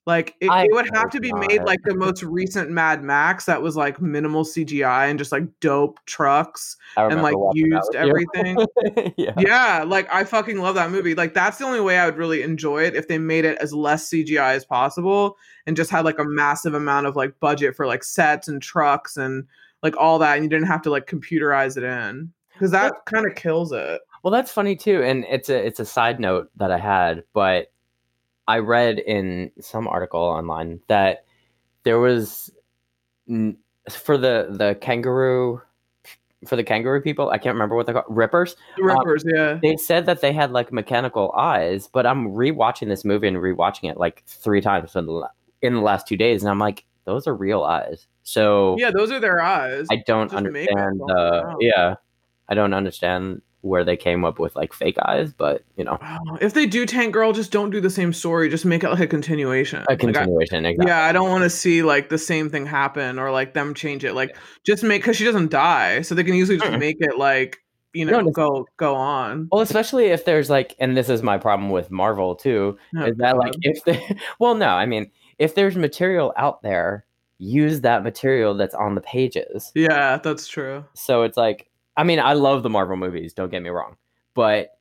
A: Like it,
B: I
A: it would
B: know
A: have
B: it's
A: to be
B: not.
A: made like the most recent Mad Max that was like minimal CGI and just like dope trucks
B: I
A: and
B: remember
A: like
B: watching that
A: used
B: with you.
A: everything.
B: yeah.
A: yeah, like I fucking love that movie. Like that's the only way I would really enjoy it if they made it as less CGI as possible and just had like a massive amount of like budget for like sets and trucks and like all that and you didn't have to like computerize it in cuz that kind of kills it.
B: Well, that's funny too, and it's a it's a side note that I had, but I read in some article online that there was n- for the the kangaroo for the kangaroo people. I can't remember what they are called rippers.
A: The Rippers, yeah.
B: Uh, They said that they had like mechanical eyes, but I'm rewatching this movie and rewatching it like three times in the la- in the last two days, and I'm like, those are real eyes. So
A: Yeah, those are their eyes.
B: I don't
A: Just make it
B: understand
A: fall
B: the
A: down.
B: yeah. I don't understand where they came up with like fake eyes, but you know,
A: Oh, if they do Tank Girl, just don't do the same story. Just make it like a continuation.
B: a
A: Like, I-
B: continuation. exactly.
A: yeah, I don't want to see like the same thing happen or like them change it. Like just make because she doesn't die, so they can usually just
B: Mm.
A: make it like you
B: No,
A: know
B: just-
A: go go on.
B: Well, especially if there's like, and this is my problem with Marvel too,
A: No,
B: is that like
A: God.
B: if they, well, no, I mean, if there's material out there, use that material that's on the pages.
A: yeah, that's true.
B: So it's like, I mean, I love the Marvel movies, don't get me wrong, but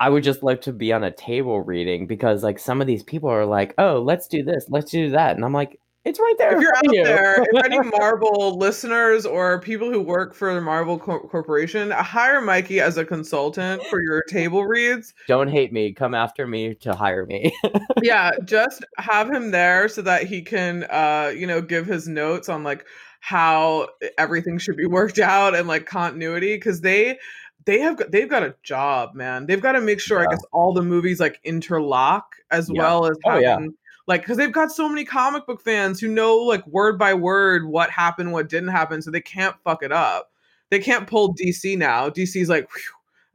B: I would just like to be on a table reading because like some of these people are like, oh, let's do this, let's do that. And I'm like, it's right there.
A: If
B: in
A: you're
B: front
A: out
B: of you.
A: there, if any Marvel listeners or people who work for the Marvel Cor- Corporation, hire Mikey as a consultant for your table reads.
B: don't hate me, come after me to hire me.
A: yeah just have him there so that he can uh you know give his notes on like how e, everything should be worked out and like continuity because they they have got, they've got a job man they've got to make sure
B: Yeah.
A: i guess all the movies like interlock as
B: Yeah.
A: well as
B: Oh,
A: having,
B: yeah.
A: like because they've got so many comic book fans who know like word by word what happened what didn't happen so they can't fuck it up they can't pull dc now dc's like "Phew,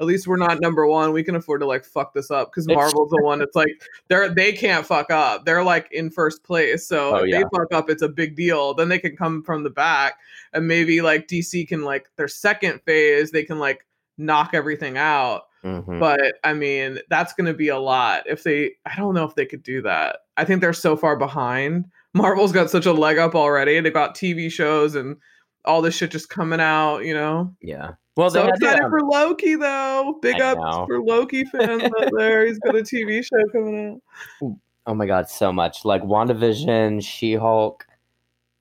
A: at least we're not number one we can afford to like fuck this up because
B: It's-
A: marvel's the one that's like they're they can't fuck up. They're like in first place. So
B: Oh,
A: if
B: yeah.
A: they fuck up, it's a big deal. Then they can come from the back and maybe like DC can like their second phase, they can like knock everything out.
B: Mhm.
A: But I mean, that's gonna be a lot if they I don't know if they could do that. I think they're so far behind. Marvel's got such a leg up already. They've got TV shows and all this shit just coming out, you know.
B: Yeah. Well, they
A: So
B: had the,
A: excited
B: um,
A: for Loki though. Big
B: I
A: ups
B: know.
A: for Loki fans out there. He's got a TV show coming out.
B: oh my god, so much like WandaVision, She-Hulk,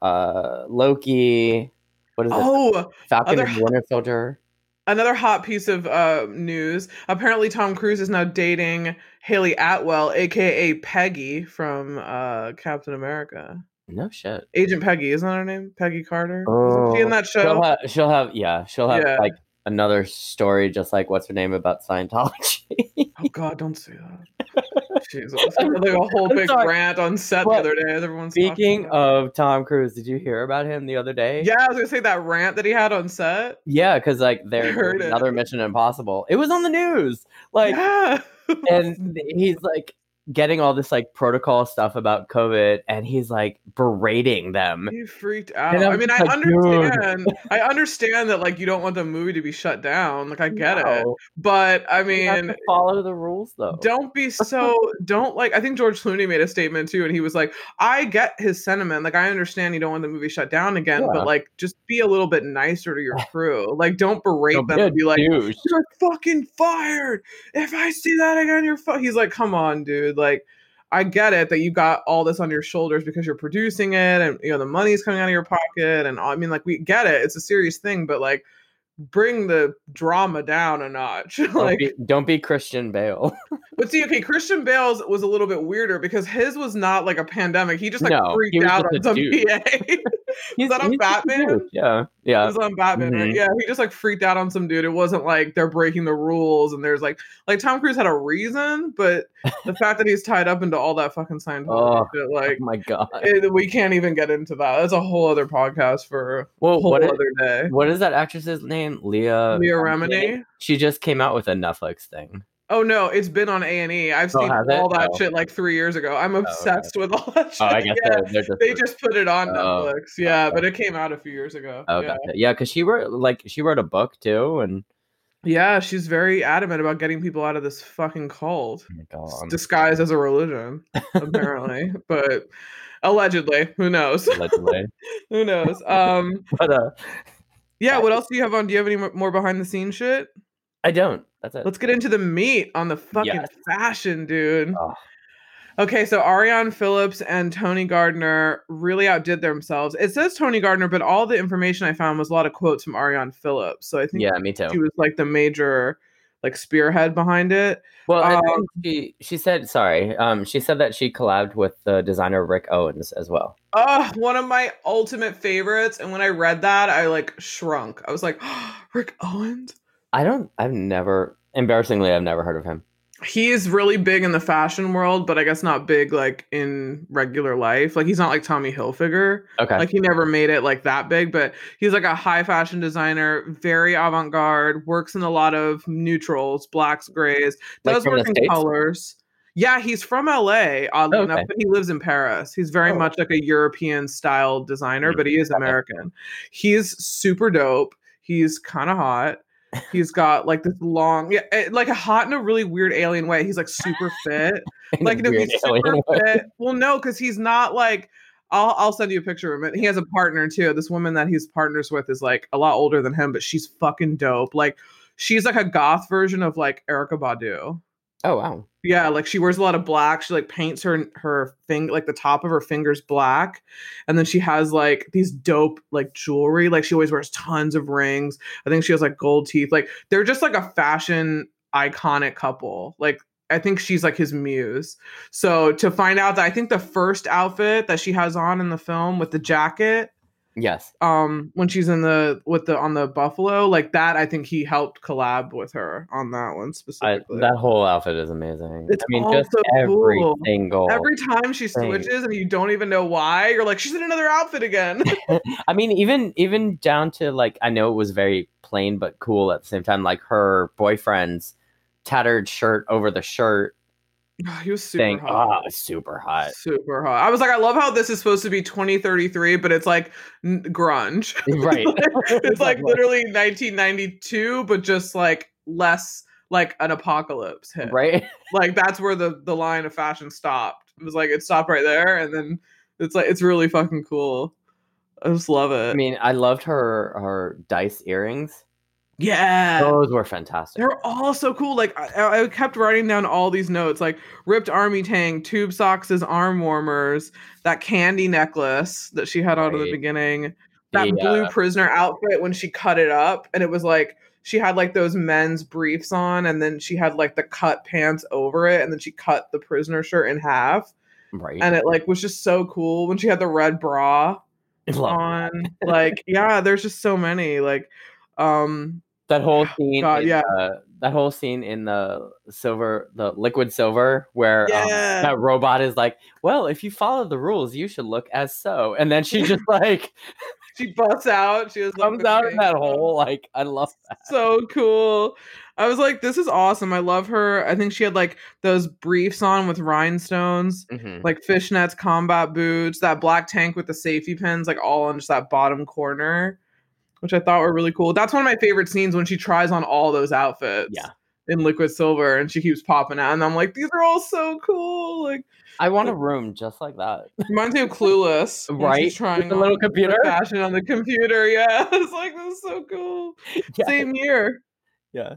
B: uh, Loki. What is it?
A: Oh,
B: Falcon
A: other-
B: and Winter Soldier.
A: another hot piece of uh, news. Apparently, Tom Cruise is now dating Haley Atwell, aka Peggy from uh, Captain America.
B: No shit.
A: Agent Peggy, isn't that her name? Peggy Carter. Isn't she
B: Oh,
A: in that
B: She'll
A: show?
B: have, she'll have, yeah, she'll have
A: Yeah.
B: like another story, just like what's her name about Scientology.
A: oh God, don't say that. Jesus, it's like a whole
B: I'm
A: big
B: sorry.
A: rant
B: rant
A: on set
B: But
A: the other day. Everyone's
B: Speaking of Tom Cruise, did you hear about him the other day?
A: yeah, I was gonna say that rant that he had on set.
B: yeah, because like there's
A: heard it.
B: another Mission Impossible. It was on the news, like,
A: yeah.
B: and he's like getting all this like protocol stuff about COVID, and he's like berating them.
A: He freaked out.
B: And I
A: I
B: was
A: mean, I
B: just like, dude.
A: understand. I understand that, like, you don't want the movie to be shut down. Like, I get it.
B: No.
A: But I
B: You have to
A: mean,
B: follow the rules though.
A: don't be so don't like I think George Clooney made a statement too and he was like, "I get his sentiment. Like I understand you don't want the movie shut down again,
B: Yeah.
A: but like just be a little bit nicer to your crew. Like don't berate
B: Don't be
A: them
B: a
A: and be like,
B: douche.
A: "You're fucking fired. If I see that again, you're fu-. He's like, "Come on, dude. Like I get it that you got all this on your shoulders because you're producing it and you know the money's coming out of your pocket and all, I mean like we get it. It's a serious thing, but like bring the drama down a notch. like
B: don't be, don't be Christian Bale.
A: but see, okay, Christian Bale's was a little bit weirder because his was not like a pandemic. He just like
B: No,
A: freaked
B: he was
A: out
B: just
A: on some
B: a dude.
A: PA.
B: He's-
A: that on
B: he's just a
A: Batman?
B: dude. Yeah, yeah.
A: It was on Batman, right?
B: Mhm.
A: Yeah, he just like freaked out on some dude. It wasn't like they're breaking the rules and there's like like Tom Cruise had a reason, but the fact that he's tied up into all that fucking Scientology
B: Oh.
A: shit,
B: oh
A: like
B: my god.
A: it, we can't even get into that. That's a whole other podcast for a
B: Well,
A: whole
B: Oh, what is,
A: other day.
B: what is that actress's name? Leah.
A: Leah Remini.
B: She just came out with a Netflix thing.
A: Oh no, it's been on A and E. I've
B: Oh,
A: seen
B: has it?
A: all that
B: Oh.
A: shit like three years ago. I'm
B: okay.
A: obsessed with all that shit.
B: Oh, I guess
A: Yeah,
B: they're, they're just.
A: They just put it on
B: Oh,
A: Netflix. Yeah,
B: okay.
A: but it came out a few years ago.
B: Oh,
A: yeah.
B: gotcha. Yeah, because she wrote like she wrote a book too, and oh
A: yeah, she's very adamant about getting people out of this fucking cult.
B: oh my
A: It's
B: God,
A: disguised as a religion, apparently, but allegedly, who knows?
B: allegedly.
A: Who knows? Um,
B: but uh,
A: yeah. What else do you have on? Do you have any mo- more behind the scenes shit?
B: I don't. That's it.
A: Let's get into the meat on the fucking
B: Yes.
A: fashion, dude.
B: Oh.
A: Okay, so Ariane Phillips and Tony Gardner really outdid themselves. It says Tony Gardner, but all the information I found was a lot of quotes from Ariane Phillips. So I think
B: yeah, me
A: she
B: too.
A: was like the major like spearhead behind it.
B: Well, and then
A: um,
B: she she said sorry. Um, she said that she collabed with the designer Rick Owens as well.
A: Oh, one of my ultimate favorites. And when I read that, I like shrunk. I was like, Rick Owens.
B: I don't. I've never. Embarrassingly, I've never heard of him.
A: He is really big in the fashion world, but I guess not big like in regular life. Like he's not like Tommy Hilfiger.
B: Okay.
A: Like he never made it like that big, but he's like a high fashion designer, very avant garde, works in a lot of neutrals, blacks, grays,
B: Like
A: does
B: from the
A: work in
B: States?
A: colors. Yeah, he's from LA, oddly
B: Oh,
A: enough,
B: okay.
A: but he lives in Paris. He's very
B: Oh.
A: much like a European style designer,
B: Mm,
A: but he is
B: okay.
A: American. He's super dope. He's kind of hot. He's got like this long, yeah, eh, like a hot in a really weird alien way. He's like super fit
B: In a
A: like no,
B: weird
A: he's
B: alien
A: super
B: way.
A: fit. Well, no, because he's not like. I'll I'll send you a picture of him. He has a partner too. This woman that he's partners with is like a lot older than him, but she's fucking dope. Like she's like a goth version of like Erica Badu.
B: Oh wow.
A: Yeah, like she wears a lot of black. She like paints her her thing like the top of her fingers black, and then she has like these dope like jewelry. Like she always wears tons of rings. I think she has like gold teeth. Like they're just like a fashion iconic couple. Like I think she's like his muse. So to find out that I think the first outfit that she has on in the film with the jacket,
B: Yes.
A: um, when she's in the with the on the buffalo, like that, I think he helped collab with her on that one
B: I,
A: specifically.
B: that whole outfit is amazing.
A: It's
B: I mean,
A: all
B: just
A: so
B: every
A: cool.
B: single.
A: Every time she
B: thing.
A: switches and you don't even know why, you're like, she's in another outfit again.
B: I mean, even even down to like I know it was very plain but cool at the same time. Like her boyfriend's tattered shirt over the shirt
A: he was super
B: thing.
A: hot.
B: Oh, it's super hot.
A: Super hot. I was like, I love how this is supposed to be 2033, but it's like n- grunge.
B: right.
A: it's like literally 1992, but just like less like an apocalypse hit.
B: right.
A: Like that's where the the line of fashion stopped. It was like it stopped right there, and then it's like it's really fucking cool. I just love it.
B: I mean, I loved her her dice earrings.
A: yeah.
B: Those were fantastic.
A: They're all so cool. Like I, I kept writing down all these notes, like ripped army tank, tube socks as arm warmers, that candy necklace that she had on in the
B: Right.
A: beginning, that
B: The,
A: blue
B: uh,
A: prisoner outfit when she cut it up, and it was like she had like those men's briefs on, and then she had like the cut pants over it, and then she cut the prisoner shirt in half,
B: right.
A: and it like was just so cool when she had the red bra
B: Love it.
A: on. like yeah, there's just so many like. Um,
B: that whole scene.
A: God,
B: in,
A: yeah.
B: uh, that whole scene in the silver, the liquid silver, where um,
A: Yeah.
B: that robot is like, "Well, if you follow the rules, you should look as so," and then she just like
A: she busts out. She has like,
B: comes
A: the
B: out in
A: tank
B: that
A: top.
B: hole. Like, I love that.
A: so cool. I was like, this is awesome. I love her. I think she had like those briefs on with rhinestones, like
B: Mm-hmm.
A: fishnets, combat boots, that black tank with the safety pins, like all on just that bottom corner, which I thought were really cool. That's one of my favorite scenes when she tries on all those outfits.
B: Yeah.
A: In liquid silver, and she keeps popping out, and I'm like, these are all so cool. Like,
B: I want a room just like that.
A: reminds me of Clueless, when
B: Right?
A: She's
B: With
A: trying
B: the
A: on
B: little
A: the
B: computer?
A: fashion on the computer. Yeah, it's like this is so cool.
B: Yeah.
A: Same year.
B: yeah.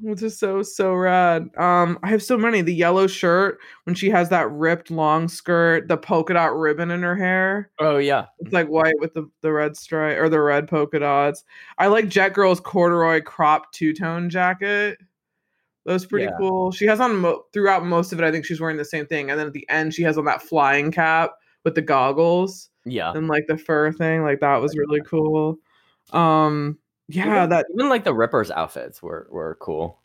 A: Which is so so rad. Um, I have so many. The yellow shirt when she has that ripped long skirt, the polka dot ribbon in her hair.
B: Oh yeah.
A: It's like white with the, the red stripe or the red polka dots. I like Jet Girl's corduroy crop two tone jacket. That was pretty
B: Yeah.
A: cool. She has on mo- throughout most of it. I think she's wearing the same thing, and then at the end she has on that flying cap with the goggles
B: Yeah.
A: and like the fur thing like that was really cool um yeah that
B: even like the Ripper's outfits were were cool.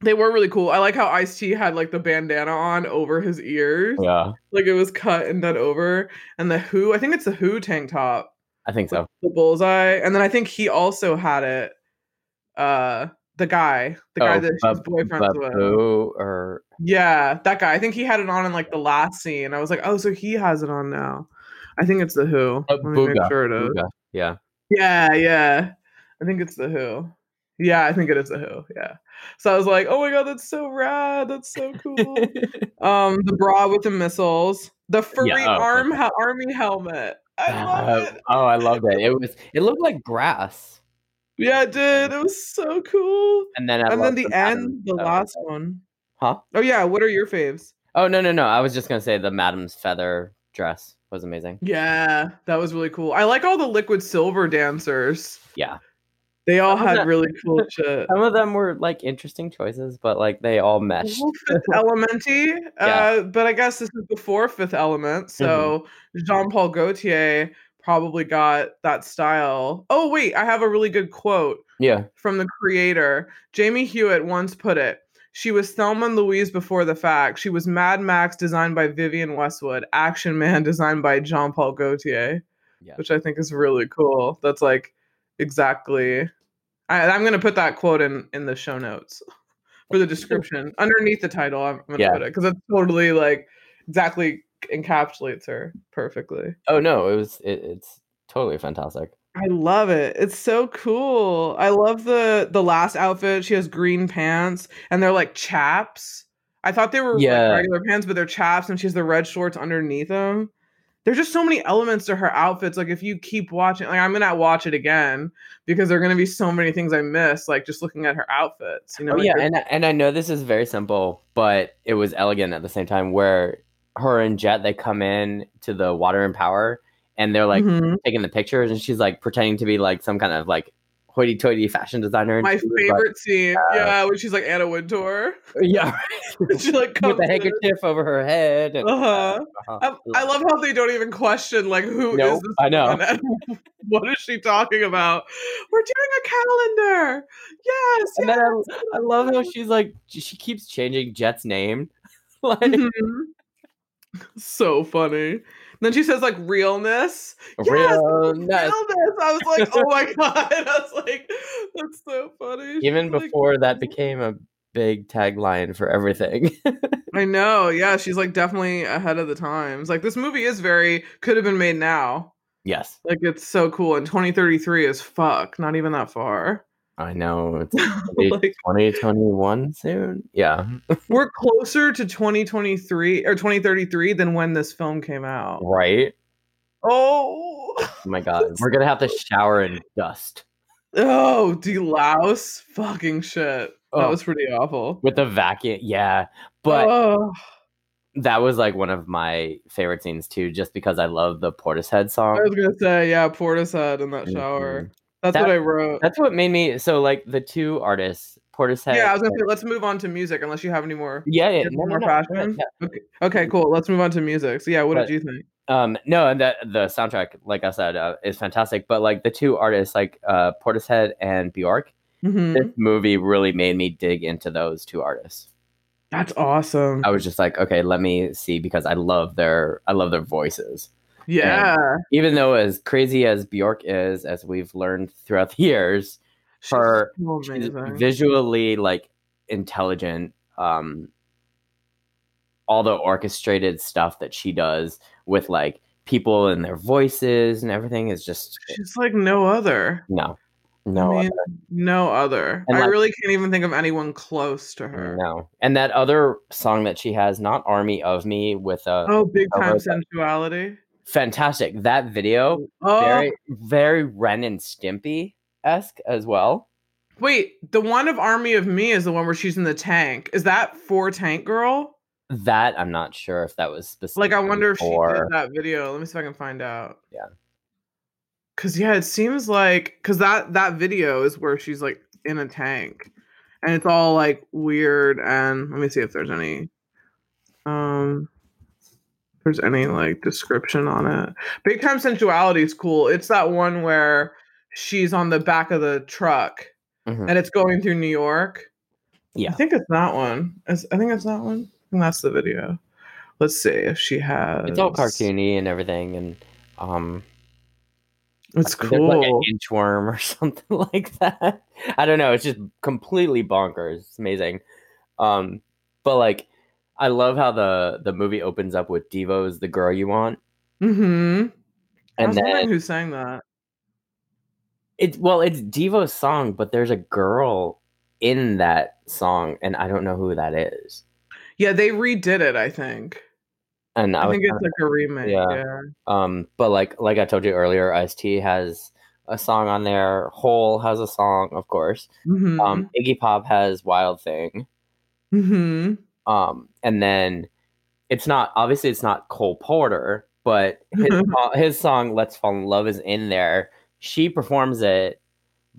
A: they were really cool i like how ice t had like the bandana on over his ears
B: Yeah.
A: like it was cut and done over and the who i think it's the who tank top
B: I think so.
A: the bullseye and then i think he also had it uh the guy the guy
B: Oh,
A: that she's
B: Bab-
A: boyfriend's with
B: Babu or
A: yeah that guy i think he had it on in like the last scene i was like oh so he has it on now i think it's the who
B: Uh,
A: let me make
B: Booga,
A: sure it is
B: Booga. Yeah.
A: Yeah, yeah. I think it's the Who. Yeah, I think it is the Who. Yeah. So I was like, oh my god, that's so rad. That's so cool. um, the bra with the missiles, the furry
B: oh, okay.
A: arm hel- army helmet. I love
B: Uh,
A: it.
B: oh, I loved it. It was it looked like grass.
A: Yeah, it did. It was so cool.
B: And then I
A: and then
B: loved
A: the
B: Madam-
A: end, the
B: uh,
A: last one.
B: Huh?
A: Oh yeah. What are your faves?
B: Oh no no no. I was just gonna say the Madam's feather dress was amazing.
A: Yeah, that was really cool. I like all the liquid silver dancers.
B: Yeah.
A: They all
B: Some of
A: had
B: that-
A: really cool shit.
B: Some of them were like interesting choices, but like they all meshed.
A: Well, Fifth Elementary, uh, but I guess this is before Fifth Element, so
B: Mm-hmm.
A: Jean Paul Gaultier probably got that style. Oh wait, I have a really good quote
B: Yeah.
A: from the creator. Jamie Hewitt once put it. She was Thelma and Louise before the fact. She was Mad Max designed by Vivian Westwood, Action Man designed by Jean Paul Gaultier,
B: Yeah.
A: which I think is really cool. That's like exactly. I, I'm gonna put that quote in in the show notes for the description underneath the title. I'm, I'm gonna
B: Yeah.
A: put it because it's totally like exactly encapsulates her perfectly.
B: Oh no, it was it, it's totally fantastic.
A: I love it. It's so cool. I love the the last outfit. She has green pants and they're like chaps. I thought they were like,
B: Yeah.
A: regular pants, but they're chaps and she has the red shorts underneath them. There's just so many elements to her outfits. Like if you keep watching, like I'm gonna watch it again because there are gonna be so many things I miss, like just looking at her outfits. You know,
B: Oh,
A: like,
B: yeah,
A: there's-
B: and I- and I know this is very simple, but it was elegant at the same time. Where her and Jet they come in to the water and power, and they're like
A: Mhm.
B: taking the pictures, and she's like pretending to be like some kind of like hoity-toity fashion designer. and
A: my
B: she was, like-
A: favorite scene.
B: uh,
A: yeah, when she's like Anna Wintour.
B: yeah,
A: she like comes
B: with a
A: in.
B: handkerchief over her head. And,
A: Uh-huh.
B: uh-huh.
A: I, I love how they don't even question like who is
B: No,
A: this
B: I know.
A: woman and what is she talking about? We're doing a calendar. Yes.
B: And then I, I love how she's like she keeps changing Jet's name. like
A: yes. Mhm. so funny. Then she says like realness. Yes,
B: real nuts.
A: Realness. I was like, oh my god. I was like, that's so funny.
B: Even
A: She's like-
B: before that became a big tagline for everything.
A: I know. Yeah, she's like definitely ahead of the times. Like this movie is very could have been made now.
B: yes,
A: Like it's so cool. And 2033 is fuck. Not even that far.
B: I know it's
A: like
B: 2021 soon. Yeah.
A: we're closer to 2023 or 2033 than when this film came out.
B: Right?
A: Oh,
B: Oh my god. We're gonna have to shower in dust.
A: oh, delouse, fucking shit. That
B: Oh.
A: was pretty awful.
B: With the vacuum. Yeah. But
A: Oh,
B: that was like one of my favorite scenes too, just because I love the Portishead
A: I
B: song.
A: was gonna say, yeah, Portishead in that shower.
B: Mhm.
A: That's
B: um, That-
A: what I wrote.
B: That's what made me so like the two artists, Portishead.
A: Yeah, I was gonna say, let's move on to music unless you have any more.
B: yeah,
A: you
B: yeah,
A: have
B: no, no,
A: more
B: no,
A: fashion?
B: yeah.
A: Okay, okay, cool. Let's move on to music. So, yeah, what
B: But-
A: did you think?
B: um no and that the soundtrack like i said uh, is fantastic but like the two artists like uh portishead and bjork
A: Mhm.
B: this movie really made me dig into those two artists
A: That's awesome.
B: i was just like okay let me see because i love their i love their voices
A: Yeah,
B: even though as crazy as bjork is as we've learned throughout the years
A: she's
B: her-
A: so
B: she's
A: amazing.
B: visually like intelligent um all the orchestrated stuff that she does with like people and their voices and everything is just
A: she's like no other.
B: No.
A: No,
B: No. uh,
A: no other.
B: And,
A: I
B: like-
A: really can't even think of anyone close to her.
B: No. And that other song that she has, not Army of Me, with a
A: Oh, big
B: I
A: time
B: wrote that.
A: sensuality.
B: fantastic that video,
A: Oh,
B: very very Ren and Stimpy esque as well.
A: Wait, the one of Army of Me is the one where she's in the tank. Is that for Tank Girl?
B: That I'm not sure if that was specific.
A: Like, I wonder if she did that video. Let me see if I can find out.
B: Yeah.
A: Cause yeah, it seems like because that that video is where she's like in a tank, and it's all like weird. And let me see if there's any, um, if there's any like description on it. Big time sensuality is cool. It's that one where she's on the back of the truck
B: Mhm.
A: and it's going through New York.
B: Yeah.
A: I think it's that one. It's, I think it's that one. And that's the video. Let's see if she has.
B: It's all cartoony and everything, and um,
A: It's
B: I think there's, like
A: cool.
B: an inchworm or something like that. I don't know. It's just completely bonkers. It's amazing. Um, but like, I love how the the movie opens up with Devo's "The Girl You Want,"
A: Mm-hmm. I
B: and
A: was wondering
B: then
A: who sang that.
B: it's well, it's Devo's song, but there's a girl in that song, and I don't know who that is.
A: Yeah, they redid it. I think.
B: And I,
A: I
B: was
A: think it's like a remake.
B: yeah.
A: Yeah.
B: Um, but like like I told you earlier, Ice T has a song on there. Hole has a song, of course.
A: Mm-hmm.
B: Um, Iggy Pop has Wild Thing.
A: mm-hmm.
B: Um, and then it's not obviously it's not Cole Porter, but his song, his song "Let's Fall in Love" is in there. She performs it,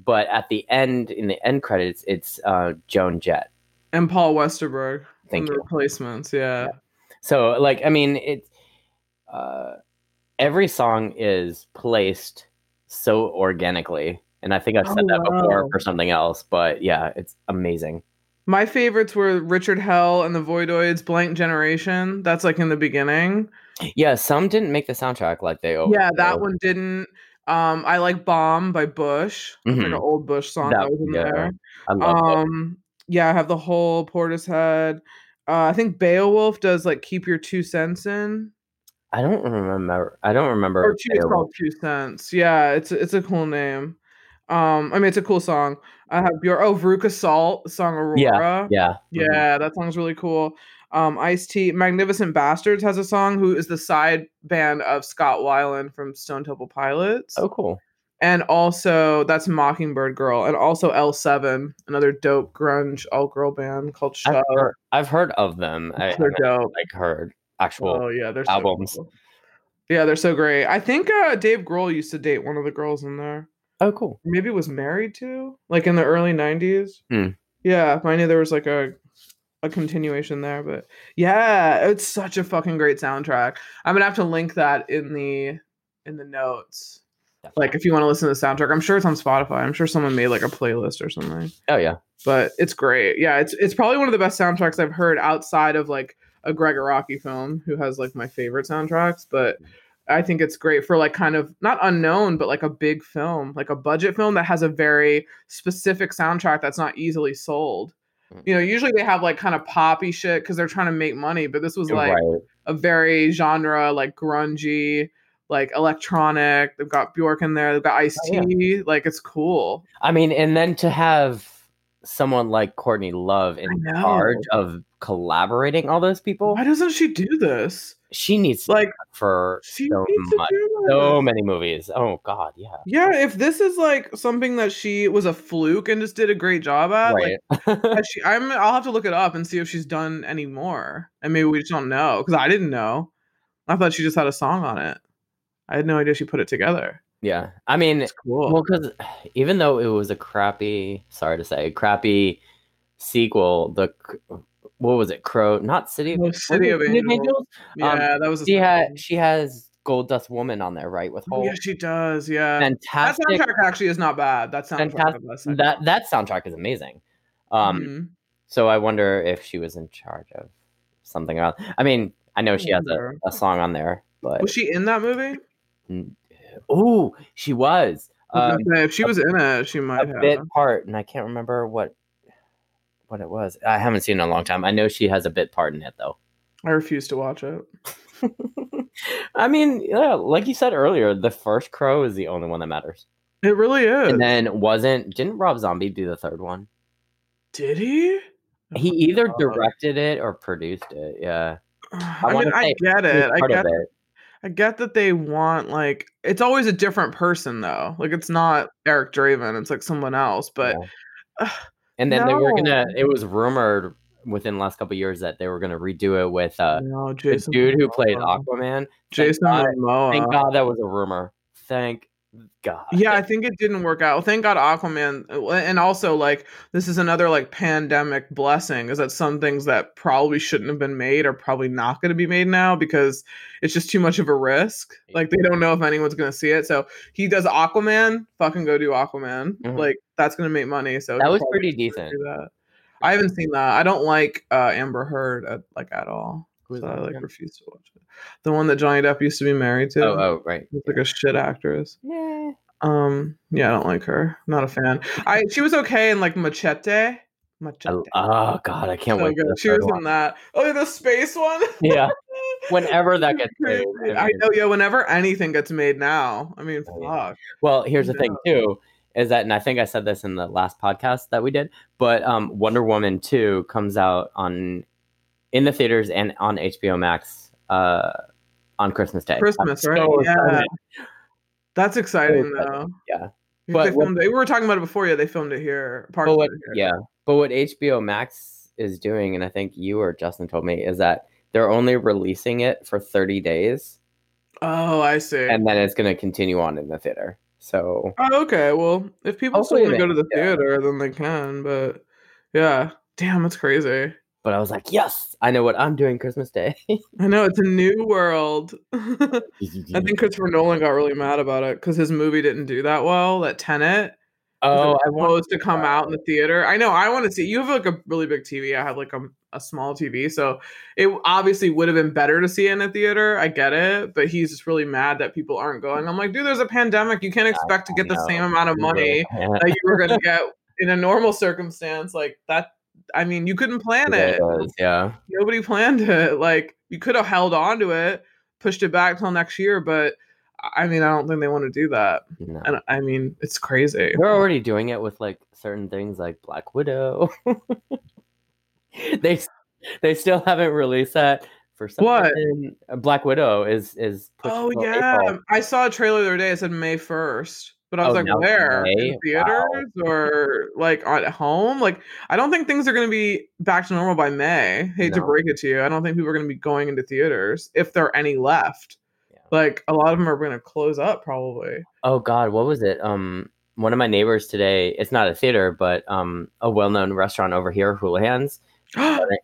B: but at the end in the end credits, it's uh, Joan Jett.
A: And Paul Westerberg. from
B: Thank
A: the
B: you.
A: Replacements. Yeah.
B: So like I mean it's uh, every song is placed so organically. And I think I've said
A: Oh,
B: that before
A: wow.
B: for something else, but yeah, it's amazing.
A: My favorites were Richard Hell and the Voidoids, Blank Generation. That's like in the beginning.
B: Yeah, some didn't make the soundtrack like they always
A: yeah, that
B: do.
A: one didn't. Um, I like "Bomb" by Bush, It's like an
B: Mhm.
A: old Bush song
B: That
A: that, was
B: one,
A: in
B: yeah.
A: there.
B: I love it.
A: Um, yeah, I have the whole Portishead. Uh, I think Beowulf does like "Keep Your Two Cents In"
B: I don't remember. I don't remember.
A: or
B: if
A: two,
B: they
A: it's
B: were-
A: called Two Cents. Yeah, it's a- it's a cool name. Um, I mean, it's a cool song. I have Bjor- oh Veruca Salt the song Aurora.
B: yeah. Mhm.
A: Yeah, that song's really cool. Um, Ice T, Magnificent Bastards has a song who is the side band of Scott Weiland from Stone Temple Pilots.
B: Oh, cool.
A: And also, that's Mockingbird Girl. And also L7, another dope grunge all girl band called Shove.
B: I've heard, I've heard of them. I, I
A: They're
B: haven't,
A: dope.
B: like heard actual.
A: oh, yeah. They're
B: albums.
A: So cool. Yeah, they're so great. I think uh, Dave Grohl used to date one of the girls in there.
B: Oh, cool.
A: Maybe was married to, like in the early 90s.
B: Hmm.
A: Yeah, I knew there was like a a continuation there, but yeah, it's such a fucking great soundtrack. I'm gonna have to link that in the in the notes. Like if you want to listen to the soundtrack, I'm sure it's on Spotify. I'm sure someone made like a playlist or something.
B: Oh yeah.
A: But it's great. Yeah, it's it's probably one of the best soundtracks I've heard outside of like a Gregoraki film, who has like my favorite soundtracks. But I think it's great for like kind of not unknown, but like a big film, like a budget film that has a very specific soundtrack that's not easily sold.
B: Mm.
A: You know, usually they have like kind of poppy shit because they're trying to make money, but this was like
B: right.
A: a very genre like grungy, like electronic. They've got Bjork in there, they've got Ice
B: Oh, yeah.
A: T. Like it's cool.
B: I mean, and then to have someone like Courtney Love in
A: know.
B: charge of collaborating all those people,
A: Why doesn't she do this?
B: she needs to
A: Like
B: for
A: she
B: so
A: needs to
B: much,
A: do this.
B: so many movies. Oh God, yeah.
A: yeah, if this is like something that she was a fluke and just did a great job at, like
B: Right.
A: Has she, I'm. I'll have to look it up and see if she's done any more. And maybe we just don't know because I didn't know. I thought she just had a song on it. I had no idea she put it together.
B: yeah. I mean,
A: It's cool.
B: Well, um, because even though it was a crappy, sorry to say, crappy sequel, the c- what was it? Crow, not City,
A: No,
B: was
A: City
B: it
A: of Angels. yeah, that was. A
B: She
A: song.
B: had she has Gold Dust Woman on there, right? With
A: Oh,
B: whole
A: yeah, she does. Yeah, that
B: fantastic.
A: soundtrack actually is not bad. That soundtrack.
B: Fantastic-
A: of second
B: that that soundtrack is amazing. Um,
A: one. Mhm.
B: so I wonder if she was in charge of something else. I mean, I know she has
A: wonder.
B: a, a song on there, but
A: was she in that movie?
B: oh, she was
A: I was
B: um,
A: gonna say, if she was in it, she
B: a
A: might have.
B: bit part, and I can't remember what what it was. I haven't seen it in a long time. I know she has a bit part in it though.
A: I refuse to watch it.
B: I mean, yeah, like you said earlier, the first Crow is the only one that matters.
A: It really is.
B: And then wasn't didn't Rob Zombie do the third one?
A: Did he?
B: He either
A: Uh,
B: directed it or produced it. Yeah,
A: I,
B: wanna
A: mean, I
B: say
A: get
B: He was
A: it. I
B: part of
A: get
B: it.
A: I get that they want like it's always a different person though. Like it's not Eric Draven, it's like someone else, but
B: Yeah. And then they were
A: No.
B: gonna. It was rumored within the last couple of years that they were gonna redo it with uh,
A: no,
B: the
A: Jason.
B: dude who played
A: Momoa.
B: Aquaman.
A: Jason
B: God.
A: Momoa.
B: Thank God that was a rumor. Thank God.
A: Yeah, I think it didn't work out. Well, thank God Aquaman uh, and also like this is another like pandemic blessing is that some things that probably shouldn't have been made are probably not going to be made now because it's just too much of a risk. Like they don't know if anyone's going to see it. So he does Aquaman, fucking go do Aquaman.
B: Mhm.
A: Like that's going to make money. So
B: That
A: he
B: was
A: probably
B: pretty
A: should do
B: decent.
A: that. I haven't seen that. I don't like uh, Amber Heard at, like at all.
B: Who is
A: So
B: that
A: I like
B: again?
A: refuse to watch it. The one that Johnny Depp used to be married to.
B: Oh, oh, right.
A: It's like a shit actress.
B: Yeah.
A: Um, yeah, I don't like her. Not a fan. I she was okay in like Machete. Machete.
B: oh God, I can't
A: So
B: wait. For
A: good.
B: the
A: She
B: third
A: was in
B: one.
A: that. Oh, yeah, the space one.
B: Yeah. Whenever that gets
A: Crazy.
B: made. I
A: I
B: mean,
A: know. Yeah, whenever anything gets made now, I mean,
B: Oh, yeah.
A: fuck.
B: Well, here's the thing too, is that, and I think I said this in the last podcast that we did, but um, Wonder Woman two comes out on in the theaters and on HBO Max uh, on Christmas Day. I'm
A: Christmas, right?
B: so
A: yeah,
B: excited.
A: that's exciting
B: excited.
A: though.
B: Yeah.
A: They
B: But what-
A: filmed it- we were talking about it before. Yeah, they filmed it here. Parts
B: But
A: of
B: what,
A: it here.
B: yeah, but what HBO Max is doing, and I think you or Justin told me, is that they're only releasing it for 30 days,
A: Oh, I see.
B: and then it's going to continue on in the theater. So
A: Oh, okay. Well, if people still
B: Hopefully
A: want to go
B: they-
A: to the
B: yeah.
A: theater, then they can. But yeah, damn, that's crazy.
B: But I was like, yes, I know what I'm doing Christmas Day.
A: I know it's a new world. I think Christopher Nolan got really mad about it because his movie didn't do that well. That Tenet was
B: oh,
A: like
B: I want.
A: supposed to come out in the theater. I know. I want to see. You have like a really big TV. I have like a, a small TV, so it obviously would have been better to see it in a theater. I get it, but he's just really mad that people aren't going. I'm like, dude, there's a pandemic. You can't expect to
B: I
A: get the
B: know.
A: same amount of money that you were going to get in a normal circumstance. Like that. I mean, you couldn't plan
B: Yeah,
A: it
B: it does, yeah.
A: nobody planned it. Like you could have held on to it, pushed it back till next year, but I- I mean, I don't think they want to do that.
B: No.
A: And I mean, it's crazy.
B: They're already doing it with like certain things, like Black Widow. they they still haven't released that for some
A: What?
B: reason. Uh, Black Widow is is. pushed
A: Oh
B: till
A: yeah,
B: April.
A: I saw a trailer the other day. It said May first, but I was
B: Oh,
A: like,
B: now it's
A: where
B: May?
A: in theaters or like on- at home? Like, I don't think things are going to be back to normal by May. Hate to
B: No.
A: break it to you, I don't think people are going to be going into theaters if there are any left.
B: Yeah.
A: Like a lot of them are going to close up probably.
B: Oh God, what was it? Um, one of my neighbors today. It's not a theater, but um, a well-known restaurant over here, Houlihan's,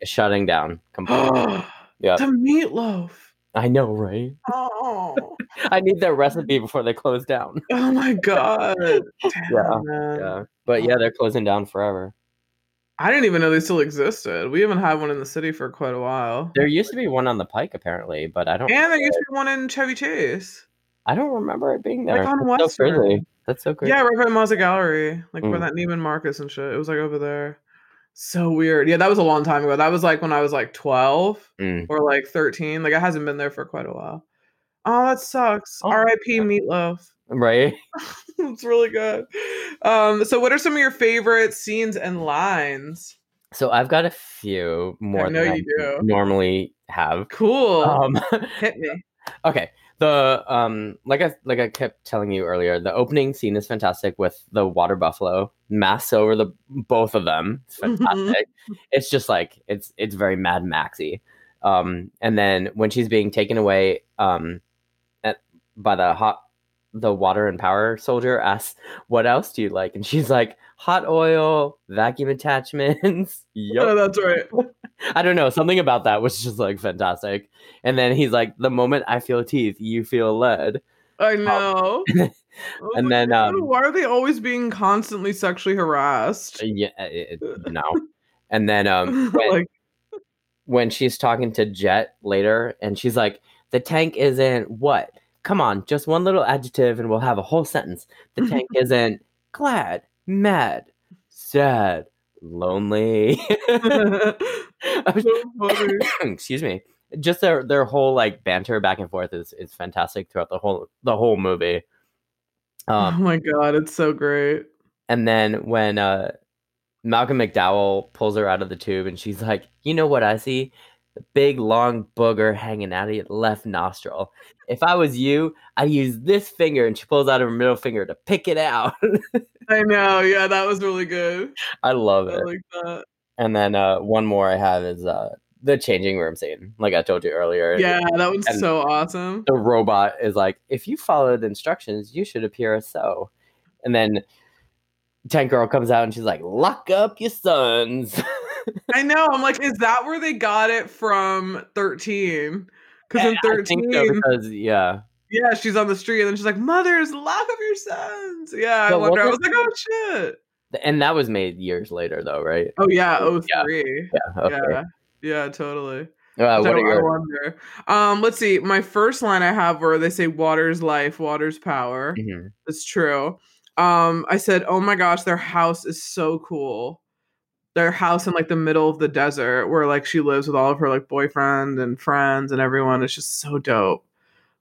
B: shutting down completely.
A: the
B: yeah,
A: meatloaf.
B: I know, right?
A: Oh,
B: I need their recipe before they close down.
A: oh my god. Damn,
B: Yeah,
A: man.
B: Yeah, but yeah, they're closing down forever.
A: I didn't even know they still existed. We haven't had one in the city for quite a while.
B: There used to be one on the Pike, apparently, but I don't.
A: and there used to be one in Chevy Chase.
B: I don't remember it being there.
A: Like on
B: That's so
A: Western.
B: crazy. That's so crazy.
A: Yeah, right by Mazda Gallery. Like by
B: Mm.
A: that Neiman Marcus and shit. It was like over there. So weird. Yeah, that was a long time ago. That was like when I was like 12
B: Mm.
A: or like 13. Like it hasn't been there for quite a while. Oh, that sucks.
B: Oh,
A: R.I.P.
B: yeah.
A: Meatloaf.
B: Right.
A: it's really good. Um, so what are some of your favorite scenes and lines?
B: So I've got a few more
A: know
B: than I
A: you do.
B: normally have.
A: Cool.
B: Um,
A: Hit me.
B: okay. The um, like I like I kept telling you earlier, the opening scene is fantastic with the water buffalo mass over the both of them. It's
A: Mhm.
B: fantastic. it's just like it's it's very Mad Maxy. Um, and then when she's being taken away, um, at, by the hot the water and power soldier asks, "What else do you like?" And she's like, "Hot oil, vacuum attachments." yup.
A: Oh, that's right.
B: I don't know. Something about that was just like fantastic. And then he's like, the moment I feel teeth, you feel lead.
A: I know. Oh
B: And
A: my
B: then,
A: God,
B: um,
A: why are they always being constantly sexually harassed?
B: Uh, Yeah, it, it- no. And then um, when,
A: like,
B: when she's talking to Jet later, and she's like, the tank isn't what? Come on, just one little adjective, and we'll have a whole sentence. The tank isn't glad, mad, sad, lonely. I was
A: so funny.
B: excuse me just their their whole like banter back and forth is is fantastic throughout the whole the whole movie
A: oh
B: um
A: my god, it's so great.
B: and then when uh malcolm mcdowell pulls her out of the tube and she's like you know what i see the big long booger hanging out of your left nostril. If I was you, I'd use this finger, and she pulls out her middle finger to pick it out.
A: I know. Yeah, that was really good.
B: I love
A: I
B: it.
A: like that.
B: And then uh, one more I have is uh, the changing room scene, like I told you earlier.
A: Yeah, that was
B: And-
A: so awesome.
B: the robot is like, if you followed instructions, you should appear as so. And then Tank Girl comes out and she's like, lock up your sons.
A: I know. I'm like, is that where they got it from 13? Because in
B: I think
A: 13,
B: so because, yeah.
A: yeah, she's on the street and then she's like, Mothers, lock up your sons. Yeah, I
B: But
A: wonder. I was
B: wasn't-
A: like, Oh shit.
B: And that was made years later, though, right?
A: Oh, yeah,
B: Yeah.
A: 03.
B: Yeah.
A: Yeah,
B: Okay.
A: yeah, totally. So
B: Uh, what are
A: I
B: your,
A: wonder. Um, let's see. My first line I have where they say, Water's life, water's power.
B: Mhm.
A: It's true. Um, I said, "Oh my gosh, their house is so cool. Their house in like the middle of the desert, where like she lives with all of her like boyfriend and friends and everyone. It's just so dope.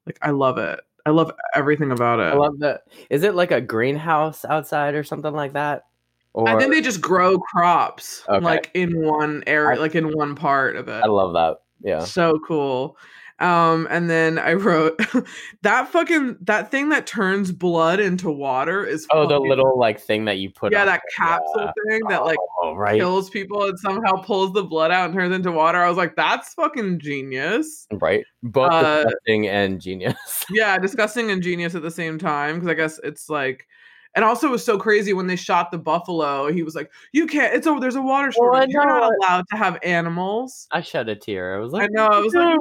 A: Like I love it. I love everything about it.
B: I love that. Is it like a greenhouse outside or something like that? Or
A: I think they just grow crops
B: Okay.
A: like in one area,
B: I-
A: like in one part of it.
B: I love that. Yeah.
A: So cool. Um, and then I wrote that fucking that thing that turns blood into water is
B: Oh, the
A: fucking-
B: little like thing that you put.
A: yeah
B: on
A: that
B: it.
A: capsule thing that like
B: Oh, right.
A: kills people and somehow pulls the blood out and turns into water. I was like, that's fucking genius.
B: Right. Both
A: Uh,
B: disgusting and genius.
A: Yeah, disgusting and genius at the same time because I guess it's like, and also it was so crazy when they shot the buffalo. He was like, "You can't. It's over. There's a water
B: Well, I
A: shortage. You're not
B: know.
A: allowed to have animals."
B: I shed a tear. I was
A: I
B: like,
A: know. I was like,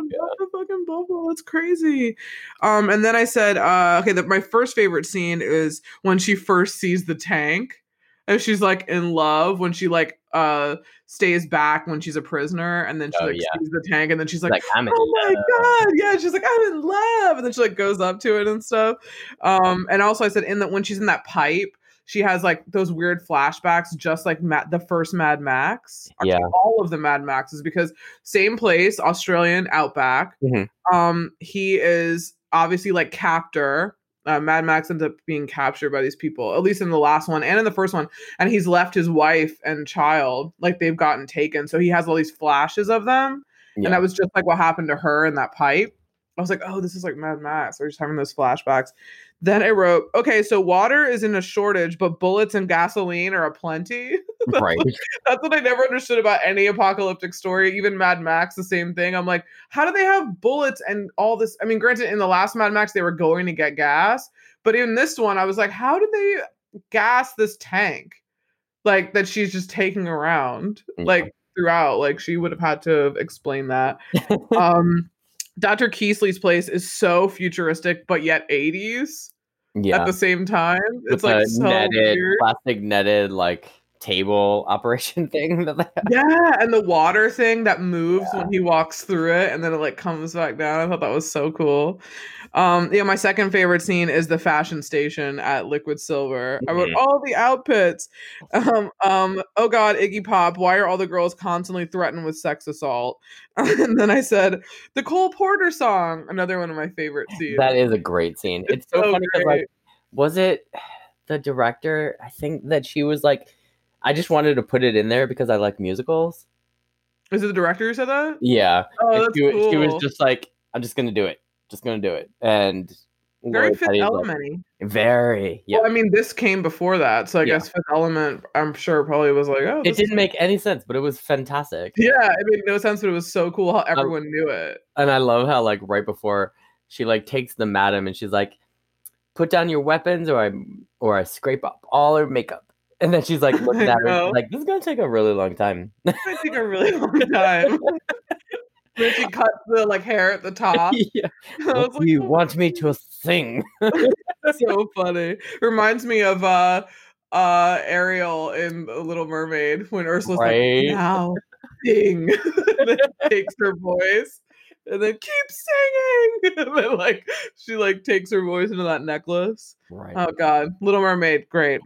A: "No, not the fucking buffalo. That's crazy." Um, and then I said, uh, "Okay, that my first favorite scene is when she first sees the tank." And she's like in love when she like uh stays back when she's a prisoner and then she
B: Oh,
A: like
B: yeah.
A: sees the tank and then she's like,
B: like, I'm in
A: oh my
B: love.
A: god yeah she's like i'm in love and then she like goes up to it and stuff um and also i said in that when she's in that pipe she has like those weird flashbacks just like Mad- the first mad max Actually,
B: Yeah.
A: all of the mad maxes because same place australian outback
B: Mhm.
A: um he is obviously like captor uh, Mad Max ends up being captured by these people, at least in the last one and in the first one. And he's left his wife and child, like they've gotten taken. So he has all these flashes of them
B: Yeah.
A: and that was just like what happened to her in that pipe. I was like, oh, this is like Mad Max. We're just having those flashbacks. Then I wrote, okay, so water is in a shortage, but bullets and gasoline are aplenty.
B: right.
A: That's what I never understood about any apocalyptic story, even Mad Max, the same thing. I'm like, how do they have bullets and all this? I mean, granted, in the last Mad Max, they were going to get gas, but in this one, I was like, how did they gas this tank? Like that she's just taking around,
B: Yeah.
A: like throughout. Like she would have had to have explained that. um Dr. Keesley's place is so futuristic, but yet 80s
B: Yeah.
A: at the same time. It's
B: With
A: like
B: the
A: so
B: netted,
A: weird.
B: plastic netted like table operation thing that they have.
A: Yeah, and the water thing that moves when he walks through it and then it like comes back down. I thought that was so cool. Um yeah, my second favorite scene is the fashion station at Liquid Silver. I wrote
B: Mhm.
A: all the outfits. Um um oh god, Iggy Pop, why are all the girls constantly threatened with sex assault? and then I said, the Cole Porter song, another one of my favorite scenes.
B: That is a great scene. It's,
A: It's
B: so,
A: so
B: funny 'cause,
A: great.
B: like, was it the director? I think that she was like, I just wanted to put it in there because I like musicals.
A: Is it the director who said that?
B: Yeah.
A: Oh,
B: And
A: that's
B: she,
A: cool.
B: she was just like, I'm just gonna do it. Just gonna do it. And
A: very
B: Laura
A: fifth
B: Petty's like,
A: element. Oh,
B: very. Yeah.
A: Well, I mean, this came before that, so I
B: Yeah.
A: guess Fifth Element, I'm sure, probably was like, oh,
B: it
A: this is-
B: didn't make any sense, but it was fantastic.
A: Yeah, it made no sense, but it was so cool how
B: Oh.
A: everyone knew it.
B: And I love how like right before she like takes the madam and she's like, put down your weapons or I or I scrape up all her makeup. And then she's like looking
A: I
B: at her
A: know.
B: she's like, this is gonna take a really long time.
A: I think a really long time. then she cuts the like hair at the top.
B: Yeah.
A: I was
B: What do
A: like,
B: you
A: "Oh,
B: want me to sing?
A: that's so funny. Reminds me of uh uh Ariel in The Little Mermaid when Ursula's
B: Right.
A: like now sing and then takes her voice and then keep singing and then like she like takes her voice into that necklace.
B: Right.
A: Oh god, Little Mermaid, great.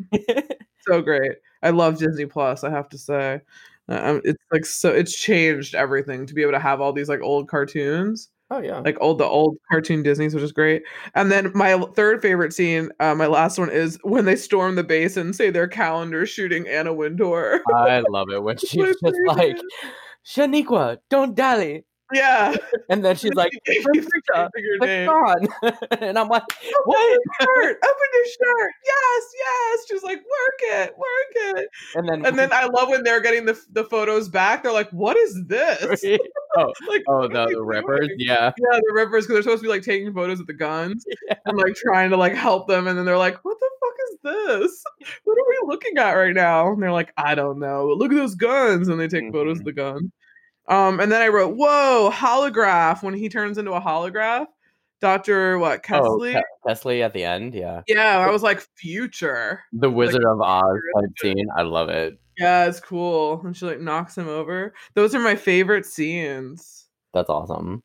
A: so great. I love Disney Plus. I have to say, um, it's like so. It's changed everything to be able to have all these like old cartoons,
B: oh yeah.
A: like old the old cartoon Disney's, which is great. And then my l- third favorite scene, uh, my last one is when they storm the base and say their calendar shooting Anna Wintour.
B: I love it when she's
A: my
B: just like
A: favorite.
B: Shaniqua, don't dally.
A: Yeah.
B: And then she's like, Perfecta,
A: Your
B: it's
A: name.
B: on. and I'm like, what?
A: shirt. Open your shirt. Yes, yes. She's like, work it, work it.
B: And then,
A: And then I love when they're getting the the photos back. They're like, what is this?
B: oh,
A: Like,
B: oh,
A: what
B: the,
A: are they
B: the rippers.
A: doing?
B: Yeah.
A: Yeah, the rippers because they're supposed to be like taking photos of the guns and like trying to like help them, and then they're like, "What the fuck is this? What are we looking at right now?" And they're like, "I don't know. Look at those guns," and they take photos of
B: Mm-hmm.
A: the gun. Um, and then I wrote, "Whoa, holograph!" When he turns into a holograph, Doctor what
B: Oh,
A: Kesley?
B: Ke- Kesley at the end. Yeah.
A: yeah, I was like, "Future."
B: The Wizard of Oz
A: Future
B: type scene. I love it.
A: Yeah, it's cool. And she like knocks him over. Those are my favorite scenes.
B: That's awesome.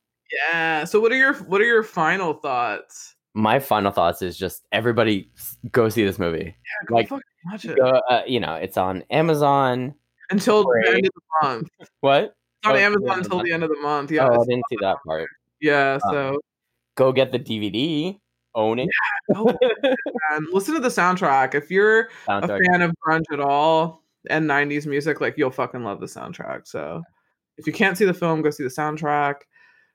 A: Yeah. So what are your what are your final thoughts?
B: My final thoughts is just everybody s- go see this movie.
A: Yeah, go
B: Like,
A: fucking watch it.
B: Go, uh, you know, it's on Amazon.
A: until the
B: Great.
A: end of the month.
B: What?
A: It's on
B: Oh, it's
A: Amazon
B: the end of the
A: until the
B: month.
A: end of the month.
B: Yeah,
A: Yeah,
B: oh, I
A: it's-
B: didn't see that part.
A: yeah.
B: um,
A: So
B: Go get the DVD. Own it.
A: Oh, man. listen to the soundtrack. If you're a
B: Soundtrack.
A: fan of grunge at all and '90s music, like you'll fucking love the soundtrack. So if you can't see the film, go see the soundtrack.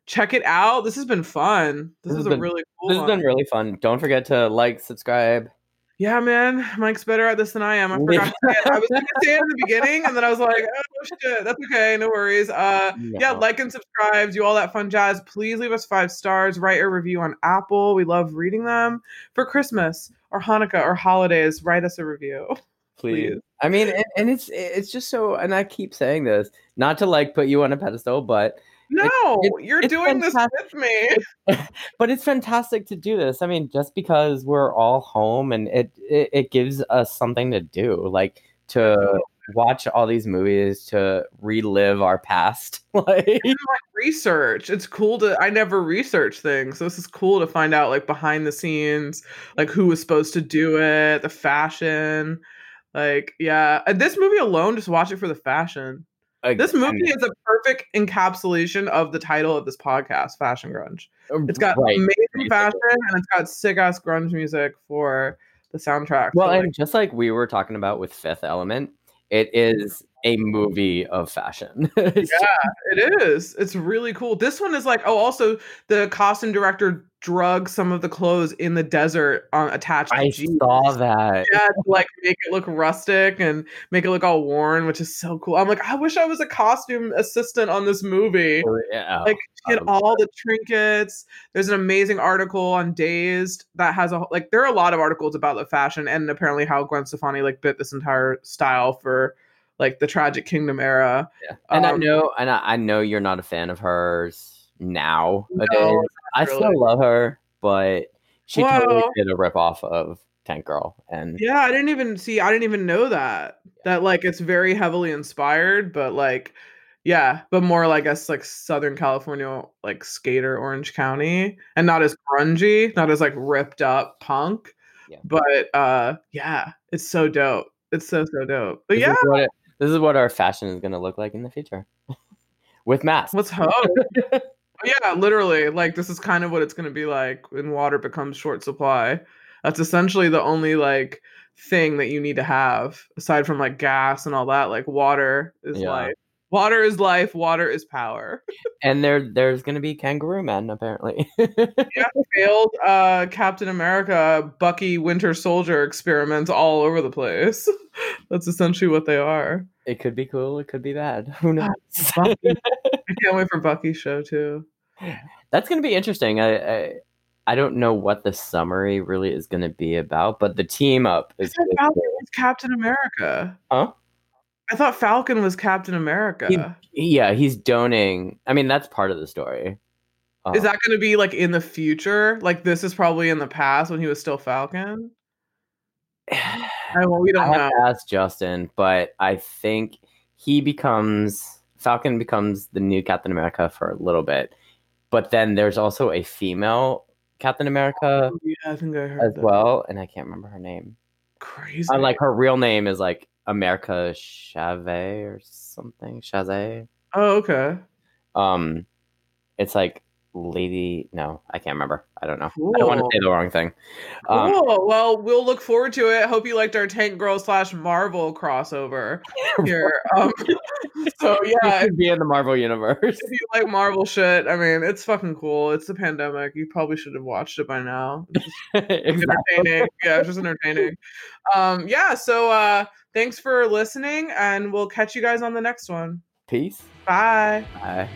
A: Check it out. This has been fun. This,
B: This
A: is
B: has
A: a
B: been-
A: really cool.
B: This has
A: one.
B: been really fun. Don't forget to like, subscribe.
A: Yeah, man, Mike's better at this than I am. I forgot. to say it. I was gonna say it in the beginning, and then I was like, "Oh shit, that's okay, no worries." Uh, yeah,
B: No.
A: like and subscribe, do all that fun jazz. Please leave us five stars, write a review on Apple. We love reading them for Christmas or Hanukkah or holidays. Write us a review,
B: please.
A: please.
B: I mean, and, and it's it's just so, and I keep saying this, not to like put you on a pedestal, but
A: No,
B: it-
A: you're
B: it's
A: doing this
B: fantastic.
A: with me.
B: but it's fantastic to do this. I mean, just because we're all home and it it, it gives us something to do, like to watch all these movies, to relive our past. like,
A: Research. It's cool to. I never research things, so this is cool to find out like behind the scenes, like who was supposed to do it, the fashion. Like, yeah, And this movie alone, just watch it for the fashion.
B: like,
A: This
B: I
A: movie
B: mean,
A: is a perfect encapsulation of the title of this podcast, Fashion Grunge. It's got
B: right.
A: amazing
B: basically.
A: fashion and it's got sick ass grunge music for the soundtrack.
B: Well,
A: So, like,
B: and just like we were talking about with Fifth Element, it is a movie of fashion. It's just-
A: it is. It's really cool. This one is like, oh, also the costume director drugged some of the clothes in the desert on attached to
B: I
A: jeans.
B: saw that.
A: Yeah, to like make it look rustic and make it look all worn, which is so cool. I'm like, I wish I was a costume assistant on this movie.
B: Yeah.
A: Like, get
B: Um,
A: all the trinkets. There's an amazing article on Dazed that has a like. There are a lot of articles about the fashion and apparently how Gwen Stefani like bit this entire style for like the Tragic Kingdom era.
B: Yeah. And I
A: Um,
B: know, and I, I know you're not a fan of hers now.
A: No,
B: I
A: really.
B: still love her, but she totally
A: Well-
B: did a rip off of Tank Girl, and
A: Yeah, I didn't even see. I didn't even know that that like it's very heavily inspired, but like yeah, but more like us like Southern California like skater Orange County and not as grungy, not as like ripped up punk.
B: Yeah.
A: But uh yeah, it's so dope. It's so so dope. But
B: this
A: yeah,
B: is what it- this is what our fashion is going to look like in the future, with masks.
A: Let's hope. yeah, literally. Like this is kind of what it's gonna be like when water becomes short supply. That's essentially the only like thing that you need to have, aside from like gas and all that. Like water is
B: Yeah.
A: life. Water is life, water is power.
B: And there, there's going to be kangaroo men apparently.
A: Failed uh Captain America Bucky Winter Soldier experiments all over the place. That's essentially what they are.
B: it could be cool. It could be bad. Who knows?
A: Bucky. I can't wait for Bucky's show too.
B: That's going to be interesting. I, I, I don't know what the summary really is going to be about, but the team up is.
A: I
B: really
A: thought Falcon
B: cool.
A: was Captain America.
B: Huh?
A: I thought Falcon was Captain America.
B: Yeah, he's donating. I mean, that's part of the story. Um,
A: Is that going to be like in the future? Like this is probably in the past when he was still Falcon. I well, we
B: I
A: don't know.
B: have to ask Justin, but I think he becomes Falcon becomes the new Captain America for a little bit, but then there's also a female Captain America
A: Oh, Yeah, I think I heard
B: as
A: that.
B: well, and I can't remember her name.
A: Crazy.
B: And like her real name is like America Chavez or something. Chavez.
A: Oh, okay.
B: Um, it's like Lady. No, I can't remember. I don't know. I don't want to say the wrong thing. Um,
A: cool. Well, we'll look forward to it. Hope you liked our Tank Girl slash Marvel crossover here. Um, so
B: this
A: yeah, if
B: could be in the Marvel universe.
A: if you like Marvel shit, I mean, it's fucking cool. It's the pandemic. You probably should have watched it by now.
B: Exactly.
A: entertaining. yeah, it's just entertaining. Um, yeah. So uh, thanks for listening, and we'll catch you guys on the next one.
B: Peace.
A: Bye.
B: Bye.